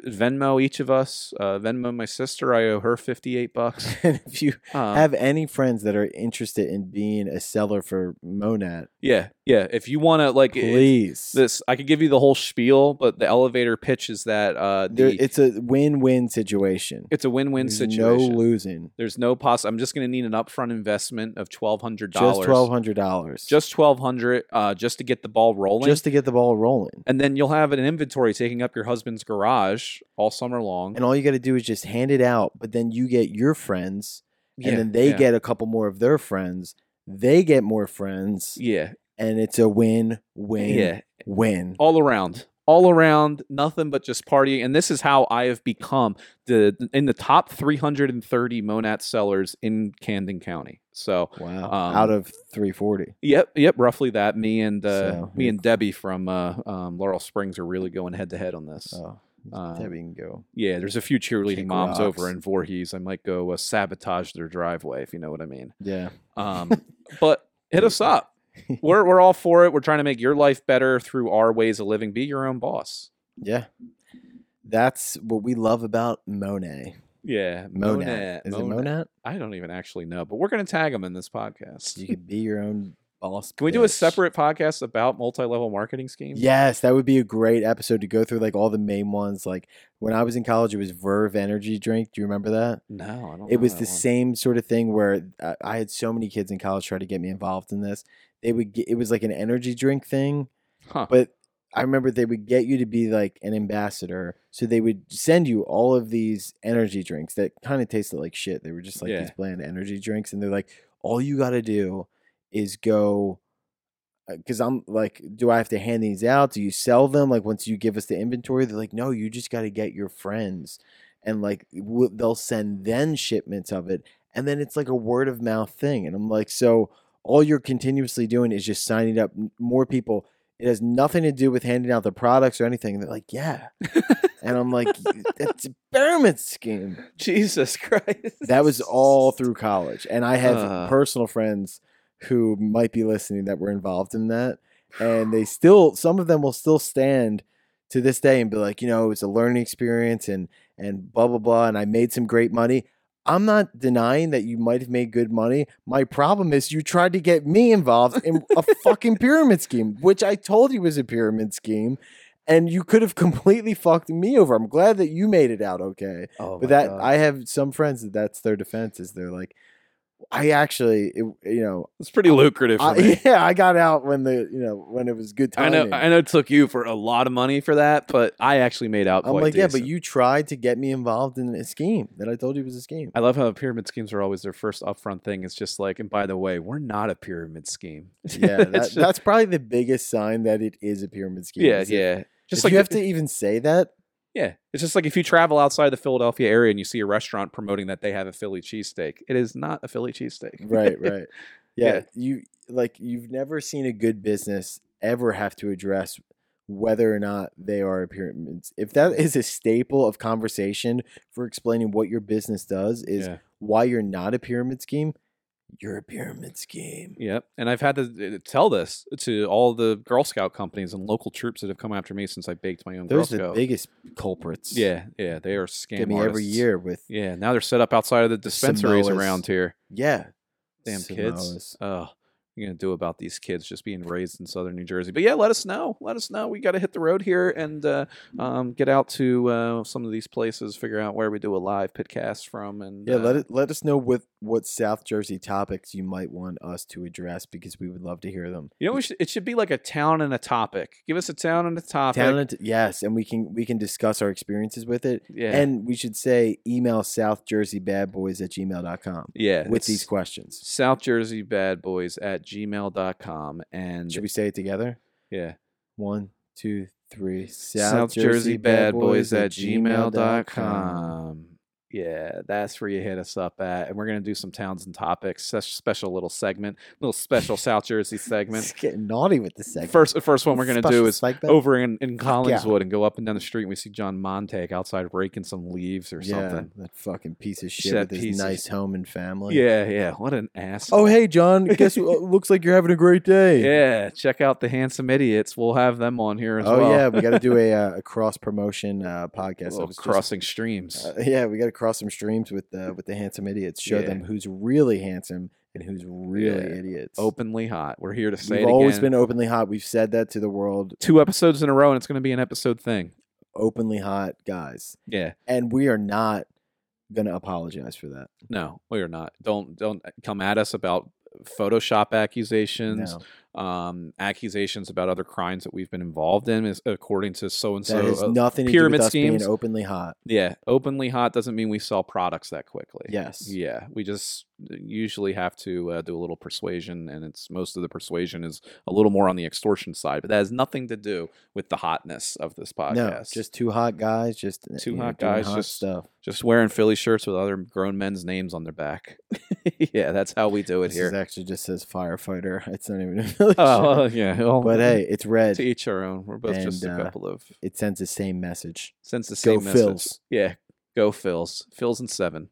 Speaker 3: Venmo each of us. Uh, Venmo my sister, I owe her fifty eight
Speaker 2: *laughs*
Speaker 3: bucks.
Speaker 2: And if you
Speaker 3: Uh,
Speaker 2: have any friends that are interested in being a seller for Monad,
Speaker 3: yeah, yeah. If you want to like it-
Speaker 2: please.
Speaker 3: this, I could give you the whole spiel, but the elevator pitch is that uh, the,
Speaker 2: There- it's a win-win situation.
Speaker 3: it's a win win
Speaker 2: There's
Speaker 3: situation.
Speaker 2: No losing.
Speaker 3: There's no poss. I'm just gonna need an upfront investment of twelve hundred dollars.
Speaker 2: Just twelve hundred dollars.
Speaker 3: Just twelve hundred. Uh, just to get the ball rolling.
Speaker 2: just to get the ball rolling.
Speaker 3: and then you'll have an inventory taking up your husband's garage all summer long.
Speaker 2: And all you got to do is just hand it out. But then you get your friends,
Speaker 3: Yeah,
Speaker 2: and then they
Speaker 3: yeah,
Speaker 2: get a couple more of their friends. They get more friends,
Speaker 3: yeah,
Speaker 2: and it's a win, win,
Speaker 3: yeah, Oh,
Speaker 2: win.
Speaker 3: all around, all around, nothing but just partying. And this is how I have become the in the top 330 Monat sellers in Camden County. So,
Speaker 2: Wow!
Speaker 3: Um,
Speaker 2: Out of three forty,
Speaker 3: yep, yep, roughly that. Me and uh,
Speaker 2: So,
Speaker 3: me
Speaker 2: yeah.
Speaker 3: and Debbie from uh, um, Laurel Springs are really going head to head on this.
Speaker 2: oh,
Speaker 3: uh,
Speaker 2: Debbie can go.
Speaker 3: yeah, there's a few cheerleading
Speaker 2: Kick
Speaker 3: moms over
Speaker 2: rocks.
Speaker 3: in Voorhees. I might go uh, sabotage their driveway if you know what I mean.
Speaker 2: Yeah, *laughs*
Speaker 3: Um, but hit us up. We're we're all for it. We're trying to make your life better through our ways of living. Be your own boss.
Speaker 2: yeah. That's what we love about Monet.
Speaker 3: Yeah,
Speaker 2: Monad. Is it Monad?
Speaker 3: I don't even actually know, but we're gonna tag them in this podcast.
Speaker 2: You could be your own boss.
Speaker 3: Can we do a
Speaker 2: bitch.
Speaker 3: separate podcast about multi-level marketing schemes?
Speaker 2: Yes, that would be a great episode to go through like all the main ones. Like when I was in college, it was Verve Energy Drink. Do you remember that?
Speaker 3: No, I don't.
Speaker 2: It
Speaker 3: know
Speaker 2: was
Speaker 3: that
Speaker 2: the
Speaker 3: one.
Speaker 2: same sort of thing where I, I had so many kids in college try to get me involved in this. They would get, it was like an energy drink thing,
Speaker 3: Huh.
Speaker 2: but I remember they would get you to be like an ambassador. So they would send you all of these energy drinks that kind of tasted like shit. They were just like
Speaker 3: Yeah.
Speaker 2: these bland energy drinks. And they're like, all you got to do is go. Because I'm like, do I have to hand these out? Do you sell them? Like, once you give us the inventory, they're like, no, you just got to get your friends. And like, w- they'll send then shipments of it. And then it's like a word of mouth thing. And I'm like, so all you're continuously doing is just signing up m- more people it has nothing to do with handing out the products or anything. And they're like, yeah. and I'm like, that's a pyramid scheme.
Speaker 3: *laughs* Jesus Christ.
Speaker 2: That
Speaker 3: *laughs*
Speaker 2: was all through college. And I have
Speaker 3: Uh.
Speaker 2: personal friends who might be listening that were involved in that. And they still, some of them will still stand to this day and be like, you know, it's a learning experience and, and blah, blah, blah. And I made some great money. I'm not denying that you might have made good money. My problem is you tried to get me involved in a fucking pyramid scheme, which I told you was a pyramid scheme. And you could have completely fucked me over. I'm glad that you made it out okay
Speaker 3: Oh
Speaker 2: but that I have some friends that that's their defense is they're like, I actually, it, you know,
Speaker 3: it's pretty lucrative for
Speaker 2: I, *laughs*
Speaker 3: me.
Speaker 2: yeah, I got out when the you know when it was good
Speaker 3: I know.
Speaker 2: timing.
Speaker 3: I know. It took you for a lot of money for that, but I actually made out.
Speaker 2: am
Speaker 3: quite
Speaker 2: like, yeah,
Speaker 3: decent.
Speaker 2: but you tried to get me involved in a scheme that I told you was a scheme. *laughs*
Speaker 3: I *laughs* love how pyramid schemes are always their first upfront thing. It's just like, and by the way, we're not a pyramid scheme. *laughs*
Speaker 2: Yeah,
Speaker 3: It's
Speaker 2: that,
Speaker 3: just-
Speaker 2: that's probably the biggest sign that it is a pyramid scheme.
Speaker 3: yeah,
Speaker 2: is if-
Speaker 3: yeah. Just
Speaker 2: if
Speaker 3: like
Speaker 2: you have to even say that,
Speaker 3: yeah. It's just like if you travel outside the Philadelphia area and you see a restaurant promoting that they have a Philly cheesesteak, it is not a Philly cheesesteak.
Speaker 2: right,
Speaker 3: *laughs*
Speaker 2: right. Yeah,
Speaker 3: Yeah.
Speaker 2: you like you've never seen a good business ever have to address whether or not they are a pyramid. If that is a staple of conversation for explaining what your business does is
Speaker 3: Yeah.
Speaker 2: why you're not a pyramid scheme, you're a pyramid scheme.
Speaker 3: Yep. And I've had to uh, tell this to all the Girl Scout companies and local troops that have come after me since I baked my own
Speaker 2: Those
Speaker 3: Girl
Speaker 2: are the
Speaker 3: Scout.
Speaker 2: biggest culprets.
Speaker 3: yeah, yeah. They are scam
Speaker 2: Get me every
Speaker 3: artists.
Speaker 2: year with
Speaker 3: Yeah. Now they're set up outside of the dispensaries
Speaker 2: Samoas.
Speaker 3: around here.
Speaker 2: yeah.
Speaker 3: Damn
Speaker 2: Samoas.
Speaker 3: kids. Oh, you're gonna do about these kids just being raised in southern New Jersey. But yeah, let us know. Let us know. We got to hit the road here and uh, um, get out to uh, some of these places, figure out where we do a live pitcast from, and
Speaker 2: Yeah,
Speaker 3: uh,
Speaker 2: let it, let us know what what South Jersey topics you might want us to address because we would love to hear them.
Speaker 3: You know, we should, it should be like a town and a topic. Give us a town and a topic.
Speaker 2: Talent, yes, and we can we can discuss our experiences with it.
Speaker 3: yeah,
Speaker 2: And we should say email southjerseybadboys at gmail.com
Speaker 3: yeah,
Speaker 2: with these
Speaker 3: it's
Speaker 2: questions.
Speaker 3: South Jersey Bad Boys at gmail.com. and
Speaker 2: Should we say it together?
Speaker 3: yeah,
Speaker 2: One, two, three.
Speaker 3: South, Jersey, Bad Boys at gmail.com. Yeah, that's where you hit us up at, and we're gonna do some towns and topics. That's a special little segment, little special South Jersey segment.
Speaker 2: It's getting naughty with the segment.
Speaker 3: First, first one we're gonna do
Speaker 2: Special
Speaker 3: is
Speaker 2: segment.
Speaker 3: over in, in Collingswood and go up and down the street. and We see John Montag outside raking some leaves or
Speaker 2: yeah,
Speaker 3: something.
Speaker 2: That fucking piece of shit
Speaker 3: That
Speaker 2: with
Speaker 3: piece
Speaker 2: his
Speaker 3: of
Speaker 2: nice home and family.
Speaker 3: Yeah, yeah. What an ass.
Speaker 2: Oh hey John, guess
Speaker 3: *laughs*
Speaker 2: what? looks like you're having a great day.
Speaker 3: Yeah, check out the handsome idiots. We'll have them on here as
Speaker 2: Oh
Speaker 3: well.
Speaker 2: yeah, we got to do
Speaker 3: *laughs*
Speaker 2: a, uh, a cross promotion uh, podcast. I
Speaker 3: Little
Speaker 2: was just-
Speaker 3: crossing streams.
Speaker 2: uh, *laughs* yeah, we got to cross some streams with the with the handsome idiots. Show
Speaker 3: Yeah.
Speaker 2: them who's really handsome and who's really
Speaker 3: Yeah.
Speaker 2: idiots.
Speaker 3: openly hot. We're here to say
Speaker 2: We've
Speaker 3: it
Speaker 2: always
Speaker 3: again.
Speaker 2: been openly hot. We've said that to the world.
Speaker 3: two episodes in a row, and it's going to be an episode thing.
Speaker 2: Openly hot guys,
Speaker 3: Yeah,
Speaker 2: and we are not gonna apologize for that.
Speaker 3: no, we are not. Don't don't come at us about Photoshop accusations,
Speaker 2: No,
Speaker 3: um, accusations about other crimes that we've been involved in, is according to so and
Speaker 2: that has
Speaker 3: so.
Speaker 2: nothing to do
Speaker 3: pyramid
Speaker 2: with us
Speaker 3: schemes?
Speaker 2: being openly hot.
Speaker 3: Yeah, openly hot doesn't mean we sell products that quickly.
Speaker 2: Yes.
Speaker 3: Eh, Yeah, we just usually have to uh, do a little persuasion, and it's most of the persuasion is a little more on the extortion side, but that has nothing to do with the hotness of this podcast.
Speaker 2: No, just two hot guys. Just eh,
Speaker 3: Two
Speaker 2: you know,
Speaker 3: hot
Speaker 2: doing
Speaker 3: guys,
Speaker 2: Hot
Speaker 3: just-
Speaker 2: stuff.
Speaker 3: just wearing Philly shirts with other grown men's names on their back. *laughs* yeah, that's how we do it
Speaker 2: This
Speaker 3: here.
Speaker 2: is actually just says firefighter. *laughs* It's not even. A village
Speaker 3: *laughs* oh
Speaker 2: shirt.
Speaker 3: well, yeah, well,
Speaker 2: but hey, it's red.
Speaker 3: *laughs* to each our own. We're both just a
Speaker 2: and, uh,
Speaker 3: couple of
Speaker 2: It sends the same message.
Speaker 3: since the
Speaker 2: Go
Speaker 3: same message.
Speaker 2: Phils.
Speaker 3: Yeah, go Phils, Phils and seven.